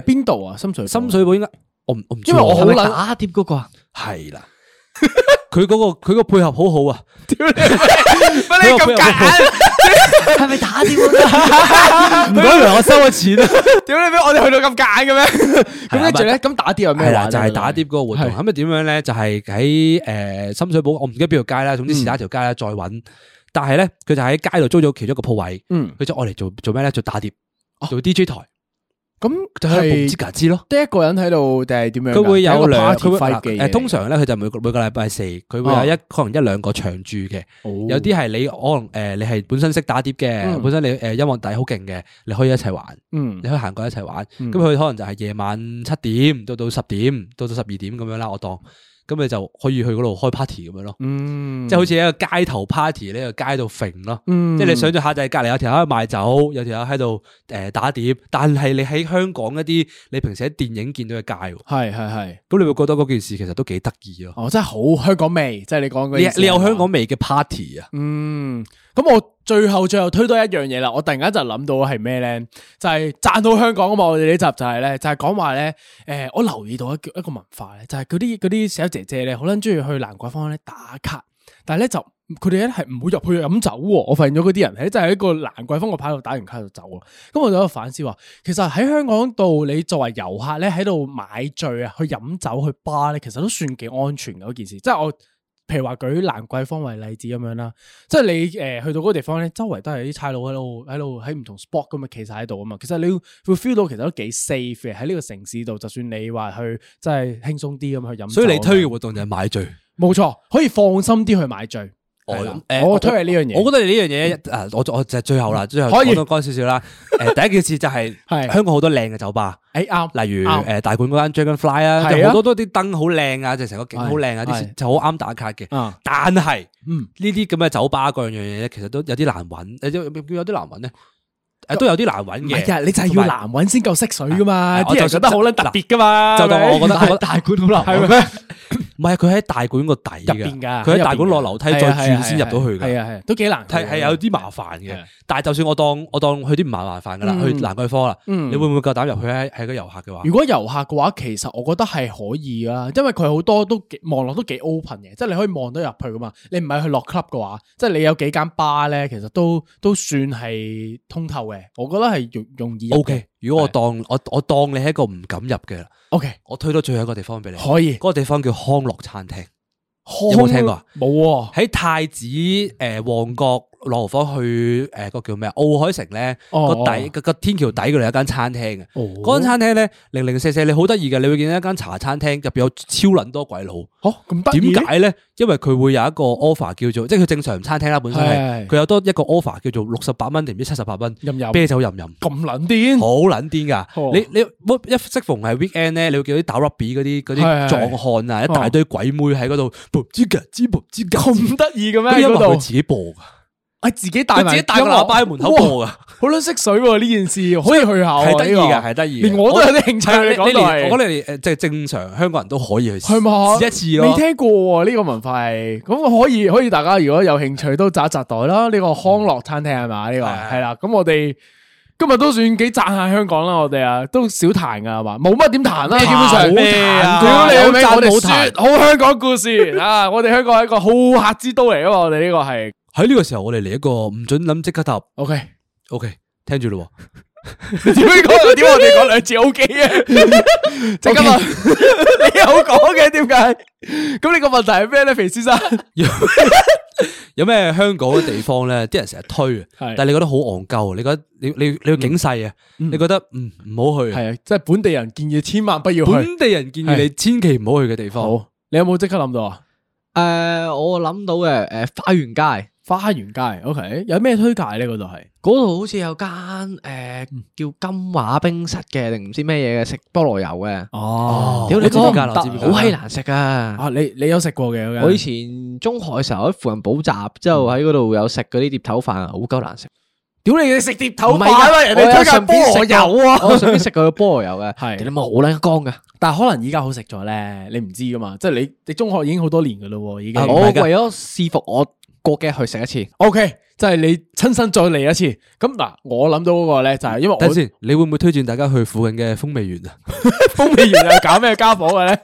誒邊度啊？深水埗深水埗應該我唔我唔知因為我好係喎咪撚打碟嗰個啊？係 (laughs) 啦，佢嗰個佢個配合好好啊！乜你咁夾硬？係咪打碟嗰 (laughs) 唔該，原來我收咗錢啊！屌你咩？我哋去到咁夾硬嘅咩？咁跟住啊咧，咁打碟有咩係啦，玩？啊就係打碟嗰個活動。係咁啊點樣咧？就係喺誒深水埗，我唔記得邊條街啦，總之是但一條街啦，再揾。但係咧，佢就喺街度租咗其中一個鋪位，嗯，佢就愛嚟做做咩咧？做打碟，做 DJ 台，咁就喺度唔係知㗎知咯。得一個人喺度定係點樣㗎？佢會有兩，佢佢會會嗱誒通常咧，佢就每個每個禮拜四，佢會有一可能一兩個長住嘅。有啲係你可能誒，你係本身識打碟嘅，嗯本身你誒音樂底好勁嘅，你可以一齊玩。嗯你可以行過一齊玩。咁嗯佢、可能就係夜晚七點到到十點到到十二點咁樣啦，我當咁你就可以去嗰度開 party 咁樣咯，嗯，即係好似一個街頭 party 呢個街度揈咯。嗯即係你想象下就係隔離有條友喺度賣酒，有條友喺度誒打碟，但係你喺香港一啲你平時喺電影見到嘅街喎，係係係，咁你會覺得嗰件事其實都幾得意咯。哦，真係好香港味，即係你講嗰你啲。你有香港味嘅 party 啊？嗯，咁我最後最後推多一樣嘢啦，我突然間就諗到係咩咧？就係、讚到香港啊嘛！我哋呢集就係、咧，就係講話咧，誒、我留意到一個一個文化咧，就係嗰啲嗰啲小姐姐咧，好撚中意去蘭桂坊咧打卡，但係咧就佢哋咧係唔會入去飲酒喎。我發現咗嗰啲人係真係喺個蘭桂坊個牌度打完卡就走喎。咁我就喺度反思話，其實喺香港度，你作為遊客咧喺度買醉啊，去飲酒去巴咧，其實都算幾安全嘅嗰件事。即係我譬如話舉蘭桂坊為例子咁樣啦。即係你誒、呃去到嗰個地方咧，周圍都係啲差佬喺度喺度喺唔同 spot 咁啊，企晒喺度啊嘛。其實你會 feel 到其實都幾 safe 嘅喺呢個城市度，就算你話去即係輕鬆啲咁去飲酒咁樣，啊所以你推嘅活動就係買醉。冇錯，可以放心啲去買醉。我係啦哦誒我推係呢樣嘢，嗯我覺得你呢樣嘢啊，我我就係最後啦，最後可以講多講少少啦。 (laughs) 誒，第一件事就係係香港好多靚嘅酒吧，誒哎啱，例如啱誒大館嗰間 Dragonfly 啊，係啊就好多多啲燈好靚啊，就成個景好靚啊，係啲係就好啱打卡嘅。啊但係嗯呢啲咁嘅酒吧嗰樣嘢咧，其實都有啲難揾，誒有有有啲難揾咧，誒都有啲難揾唔嘅。係啊，你就係要難揾先夠識水噶嘛，係我啲就人覺得好撚特別噶嘛，就當我覺得係咪我啊大館好難，係啊咩？唔係啊佢喺大館個底㗎入邊㗎佢喺大館落樓梯再轉先入到去㗎。啊係啊係啊，都幾難去係嘅，係有啲麻煩嘅係，啊但係就算我當我當去啲唔麻麻煩噶啦，嗯去蘭桂坊啦，嗯你會唔會夠膽入去咧？係個遊客嘅話，如果遊客嘅話，其實我覺得係可以啦，因為佢好多都幾望落都幾 open 嘅，即係你可以望得入去噶嘛。你唔係去落 club 嘅話，即係你有幾間吧咧，其實都都算係通透嘅。我覺得係容容易入 O 嘅 K，如果我當我我當你係一個唔敢入嘅啦， OK，我推到最後一個地方俾你，嗰可以。哦個地方叫康樂餐廳，有冇聽過啊？冇喎。喺太子誒旺角羅湖坊去誒個叫咩啊奧海城咧哦個底個個天橋底嗰度有一間餐廳嘅，哦嗰間餐廳咧零零四四你好得意嘅，你會見到一間茶餐廳入邊有超撚多鬼佬。嚇咁得意點？解咧？因為佢會有一個 offer 叫做，即係佢正常餐廳啦，本身係係佢有多一個 offer 叫做六十八蚊定唔知七十八蚊任飲嗯啤酒任飲，咁撚癲？好撚癲噶哦！你你一適逢係 weekend 咧，你會見到啲打 rugby 嗰啲嗰啲係係哦壯漢啊，一大堆鬼妹喺嗰度，唔知㗎，知唔知 (laughs) 㗎？咁得意嘅嗰啲咩？音嗰樂佢度自己播㗎，系自己带佢埋自己帶個音樂喇叭喺門口播噶，好撚識水喎呢件事，可以去下喎係得意哦呢個嘅，係得意嘅。連我都有啲興趣係啊你講到係連我覺得你誒呃即係正常香港人都可以去係嘛？試一次咯未。聽過喎呢個文化係，咁可以可以大家如果有興趣都扎一扎袋啦。呢個康樂餐廳係嘛？呢個係啊係啦。咁我哋今日都算幾讚下香港啦，我哋啊都少彈噶係嘛，冇乜點彈啦，基本上彈咩啊屌你老味，有讚我哋冇説彈好香港故事 (laughs) 啊！我哋香港係一個好客之都嚟噶嘛，我哋呢個係喺呢個時候，我哋嚟一個唔准諗即刻答。 OK。 OK，聽住咯喎。你點解講？點解我哋講兩次 O K 嘅？即刻問你有講嘅點解？咁你個問題係咩咧，肥先生？有有咩香港嘅地 (laughs) 方咧？啲人成日推啊，係但係你覺得好戇鳩啊？你覺得你你你個警世啊？你覺得嗯唔好去啊？係啊，即係本地人建議千萬不要去。本地人建議你千祈唔好去嘅地方。好，你有冇即刻諗到啊？诶，我諗到嘅诶，花園街花園街，OK，有咩推介咧？嗰度係嗰度好似有間诶叫金華冰室嘅，定唔知咩嘢嘅，食菠蘿油嘅。哦屌你我知邊嗰個唔間啦得，我知邊間好閪難食啊！啊，你你有食過嘅嗰間我以前中學嘅時候喺附近補習，之後喺嗰度有食嗰啲碟頭飯，好鳩難食。屌你，你食碟頭唔係飯㗎啊！人我哋有推介順便食菠蘿油啊！我上邊食過個菠蘿油 (laughs) 嘅，係屌你咪好撚乾噶。但係可能依家好食咗咧，你唔知噶嘛？即係你你中學已經好多年噶啦喎，已經哦啊我唔係㗎為咗試服我過幾日去食一次， O K，即係你親身再嚟一次。咁嗱，我諗到嗰個咧就係因為我等陣先，你會唔會推薦大家去附近嘅風味園啊？ (laughs) 風味園又搞咩家伙嘅咧？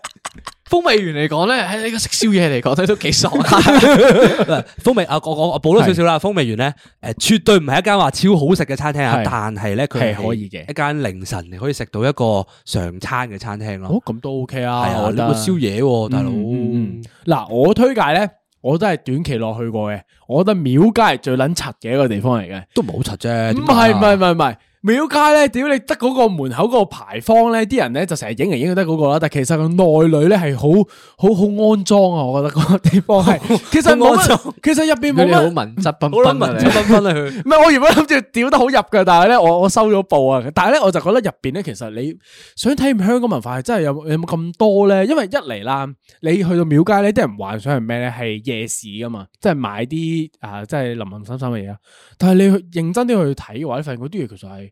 風味園嚟講咧，喺呢個食宵夜嚟講咧都 (laughs) 幾爽。嗱風味啊，我我我補多少少啦。風味園咧，誒絕對唔係一間話超好食嘅餐廳啊係，但係咧係佢可以嘅一間凌晨你可以食到一個常餐嘅餐廳咯。哦，咁都 O K 啊，係啊，我你覺得個宵夜喎，大佬。嗯嗯嗯嗱，我推介咧，我都係短期內去過嘅。我覺得廟街係最撚柒嘅一個地方嚟嘅。都唔好柒啫。唔點係解唔啊係唔係唔係，廟街咧，屌你得嗰個門口嗰個牌坊咧，啲人咧就成日影嚟影去得嗰個啦。但其實個內裏咧係好好好安裝啊，我覺得嗰個地方係，其實冇好安乜裝，其實入邊佢冇哋好乜。文質彬好啦，彬啊文你質。彬彬啊佢。唔係，我原本諗住屌得好入嘅，但係咧，我我收咗步啊。但係咧，我就覺得入邊咧，其實你想體驗香港文化係真係有有冇咁多咧？因為一嚟啦，你去到廟街咧，啲人幻想係咩咧？係夜市噶嘛，即係買啲啊，即係林林森森嘅嘢啦。啊但係你去認真啲去睇嘅話，你發現嗰啲嘢其實係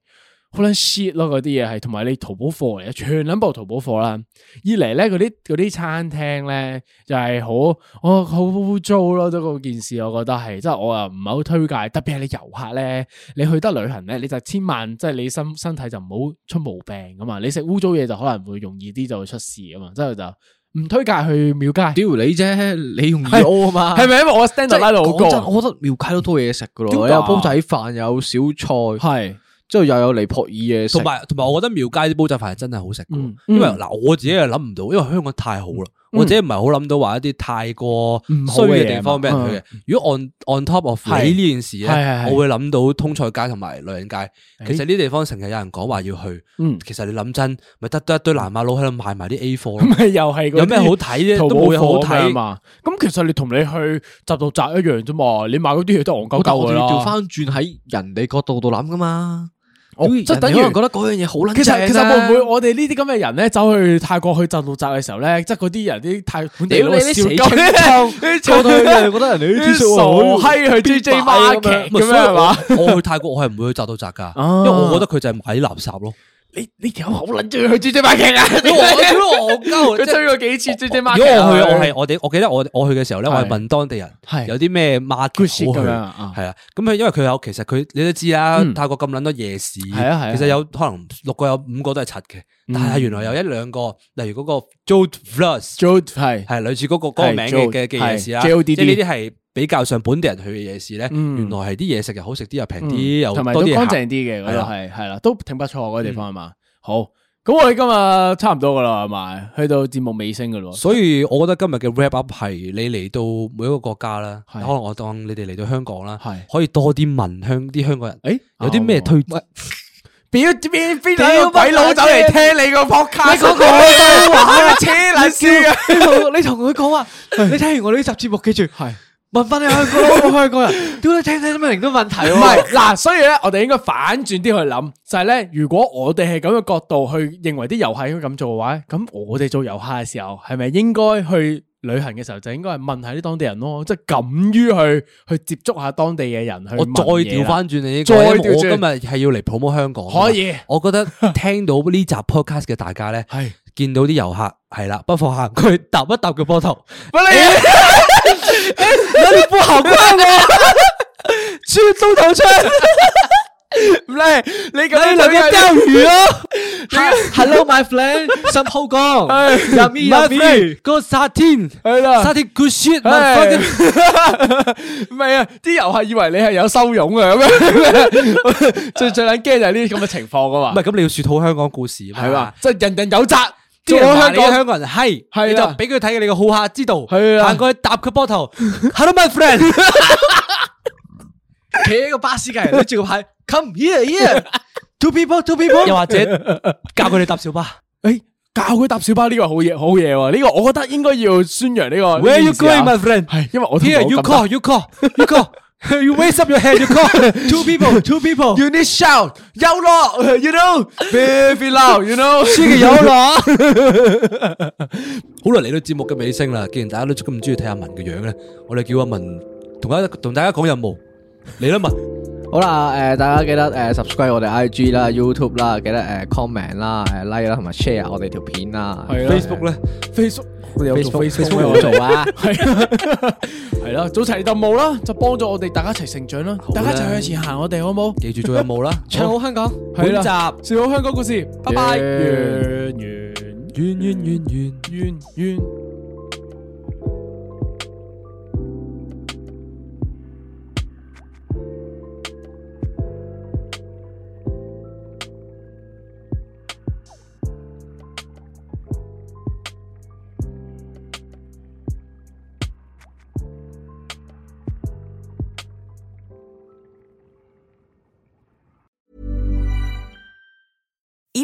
好撚 shit 咯，嗰啲嘢係同埋你淘寶貨嚟嘅，全撚部淘寶貨啦。二嚟咧，嗰啲嗰啲餐廳咧，又係好我好污糟咯，都嗰件事，我覺得係，即係我又唔係好推介，特別係你遊客咧，你去得旅行咧，你就千萬即係你身身體就唔好出毛病噶嘛，你食污糟嘢就可能會容易啲就會出事啊嘛，之後就唔推介去廟街，屌你啫，你用二 O 啊嘛，係咪因為我 stand 即係 up 拉到好講真高？啊我覺得廟街都多嘢食噶咯，點解有煲仔飯，有小菜，係之後又有尼泊爾嘢食同。埋同埋，我覺得廟街啲煲仔飯係真係好食嘅，嗯因為嗱我自己係諗唔到，因為香港太好啦，我自己唔係好諗到話一啲太過衰嘅地方俾人去嘅。如果 on on top of 啊係你呢件事咧係係係，我會諗到通菜街同埋女人街。其實呢啲地方成日有人講話要去，嗯，其實你諗真，咪得得一堆南馬佬喺度賣埋啲 A 貨咯。咪又係 (laughs) 嗰啲有咩好睇啫淘寶都冇嘢好貨咁樣睇嘛。咁其實你同你去集到集一樣啫嘛，你買嗰啲嘢都戇鳩鳩但我㗎哋啦要調翻轉喺人哋角度度諗噶嘛，哦即即係係等等於於人哋可能覺得嗰樣嘢好撚其實實其實會唔會我哋呢啲咁嘅人咧，走去泰國去鎮度宅嘅時候咧，即係嗰啲人啲泰本地屌佬你笑啲死鳩青臭，到 (laughs) 人哋覺得人哋啲啲豬肉傻閪去 DJ market 咁樣係嘛？所以我我去泰國我係唔會去扎到扎㗎， (laughs) 啊因為我覺得佢就係買啲垃圾 (laughs) 咯。你你條友好撚中意去 DJ market 啊？因為我因為我我佢即係追過幾次 DJ 如 market 啊。果我去，我係我哋，我記得我我去嘅時候咧，係我係問當地人係有啲咩 Good market shit 咁樣好啊去，係啊。咁佢因為佢有其實佢你都知啦嗯，泰國咁撚多夜市，其係啊係啊嗯實有可能六個有五個都係柒嘅，但係原來有一兩個，例如嗰個 Jod Flus Jode 係係類似嗰個嗰個名係嘅嘅嘅夜市啦，係即 JODD 係呢啲係比較上本地人去嘅夜市咧，嗯原來係啲嘢食又好食啲，又平嗯啲，又同埋多都啲乾嘢行淨啲嘅嗰係度啊係係啦，都挺不錯嗰個地方係嘛？好，咁我哋今日差唔多噶啦係咪？去到節目尾聲噶咯。所以我覺得今日嘅 wrap up 係你嚟到每一個國家啦，係可能我當你哋嚟到香港啦係，可以多啲問香啲香港人，誒啊有啲咩啱喎推？表邊邊兩個鬼佬走嚟聽你個 podcast？你嗰個都玩嘅車撚線啊！你同你同佢講話，你聽完我呢集節目，記住係問翻你香港人有冇香港人，屌你聽聽咩零都問題唔喎。係嗱，所以咧，我哋應該反轉啲去諗，就係咧，如果我哋係咁嘅角度去認為啲遊客應該咁做嘅話，咁我哋做遊客嘅時候，係咪應該去旅行嘅時候就應該係問下啲當地人咯，即係敢於去去接觸下當地嘅人去我問再嘢啦調翻轉你呢再個，因為調我轉今日係要嚟 promo 香港㗎啊嘛。可 (laughs) 以我 (laughs) 覺得聽到呢集 podcast 嘅大家咧，係見到啲遊客係啦，不妨行佢搭一搭佢膊頭，哎喂啊 (laughs) 你你不好怪我，去東頭村。唔係你咁，兩個釣魚咯，Hello my friend，新 (laughs) 浦江，入面入哎 My 面 friend，個哎沙天，係啦沙天 good shit， (laughs) 唉 motherfucker 唔係啊！啲遊客以為你係有收佣啊咁 (laughs) 樣，最最撚驚就係呢啲咁嘅情況啊唔嘛係，咁你要説好香港故事啊嘛係嘛？即係人人有責，啲做人好話香你係港香港人係，係你啦就俾佢睇你個好客之道，係啊行過去搭佢膊 (laughs) 頭，Hello my friend，企喺個巴士隔離，拎住個牌，Come here here，two people，two people，又或 (laughs) 者教佢哋搭小巴。誒哎教佢搭小巴呢個好嘢，好嘢喎！呢個我覺得應該要宣揚呢個。呢 Where you 件事啊 going, my friend？係因為我都 Here 冇 you 咁 call, you call, you call. (laughs) You raise up your hand, you (laughs) call. Two people, two people. You need shout，有樂，you know，baby love，you know，嘅有啦。好啦，嚟到節目嘅尾聲啦，既然大家都咁中意睇阿文嘅樣咧，我哋叫阿文同大家同大家講任務。嚟啦，文，好啦，誒大家記得誒 subscribe 我哋 IG 啦、YouTube 啦，記得誒 comment 啦、誒 like 啦，同埋 share 我哋條片啦。係啦 Facebook 咧， Facebook，我哋有做 Facebook Facebook Facebook 咩有 (laughs) 做啊，系啊，系啦，早齊任務啦，就幫咗我哋大家一齊成長啦，大家啦一齊向前行，我哋好冇？記住做任務啦。唱好香港，係啦本集笑好香港故事，拜拜，完完完完完完完。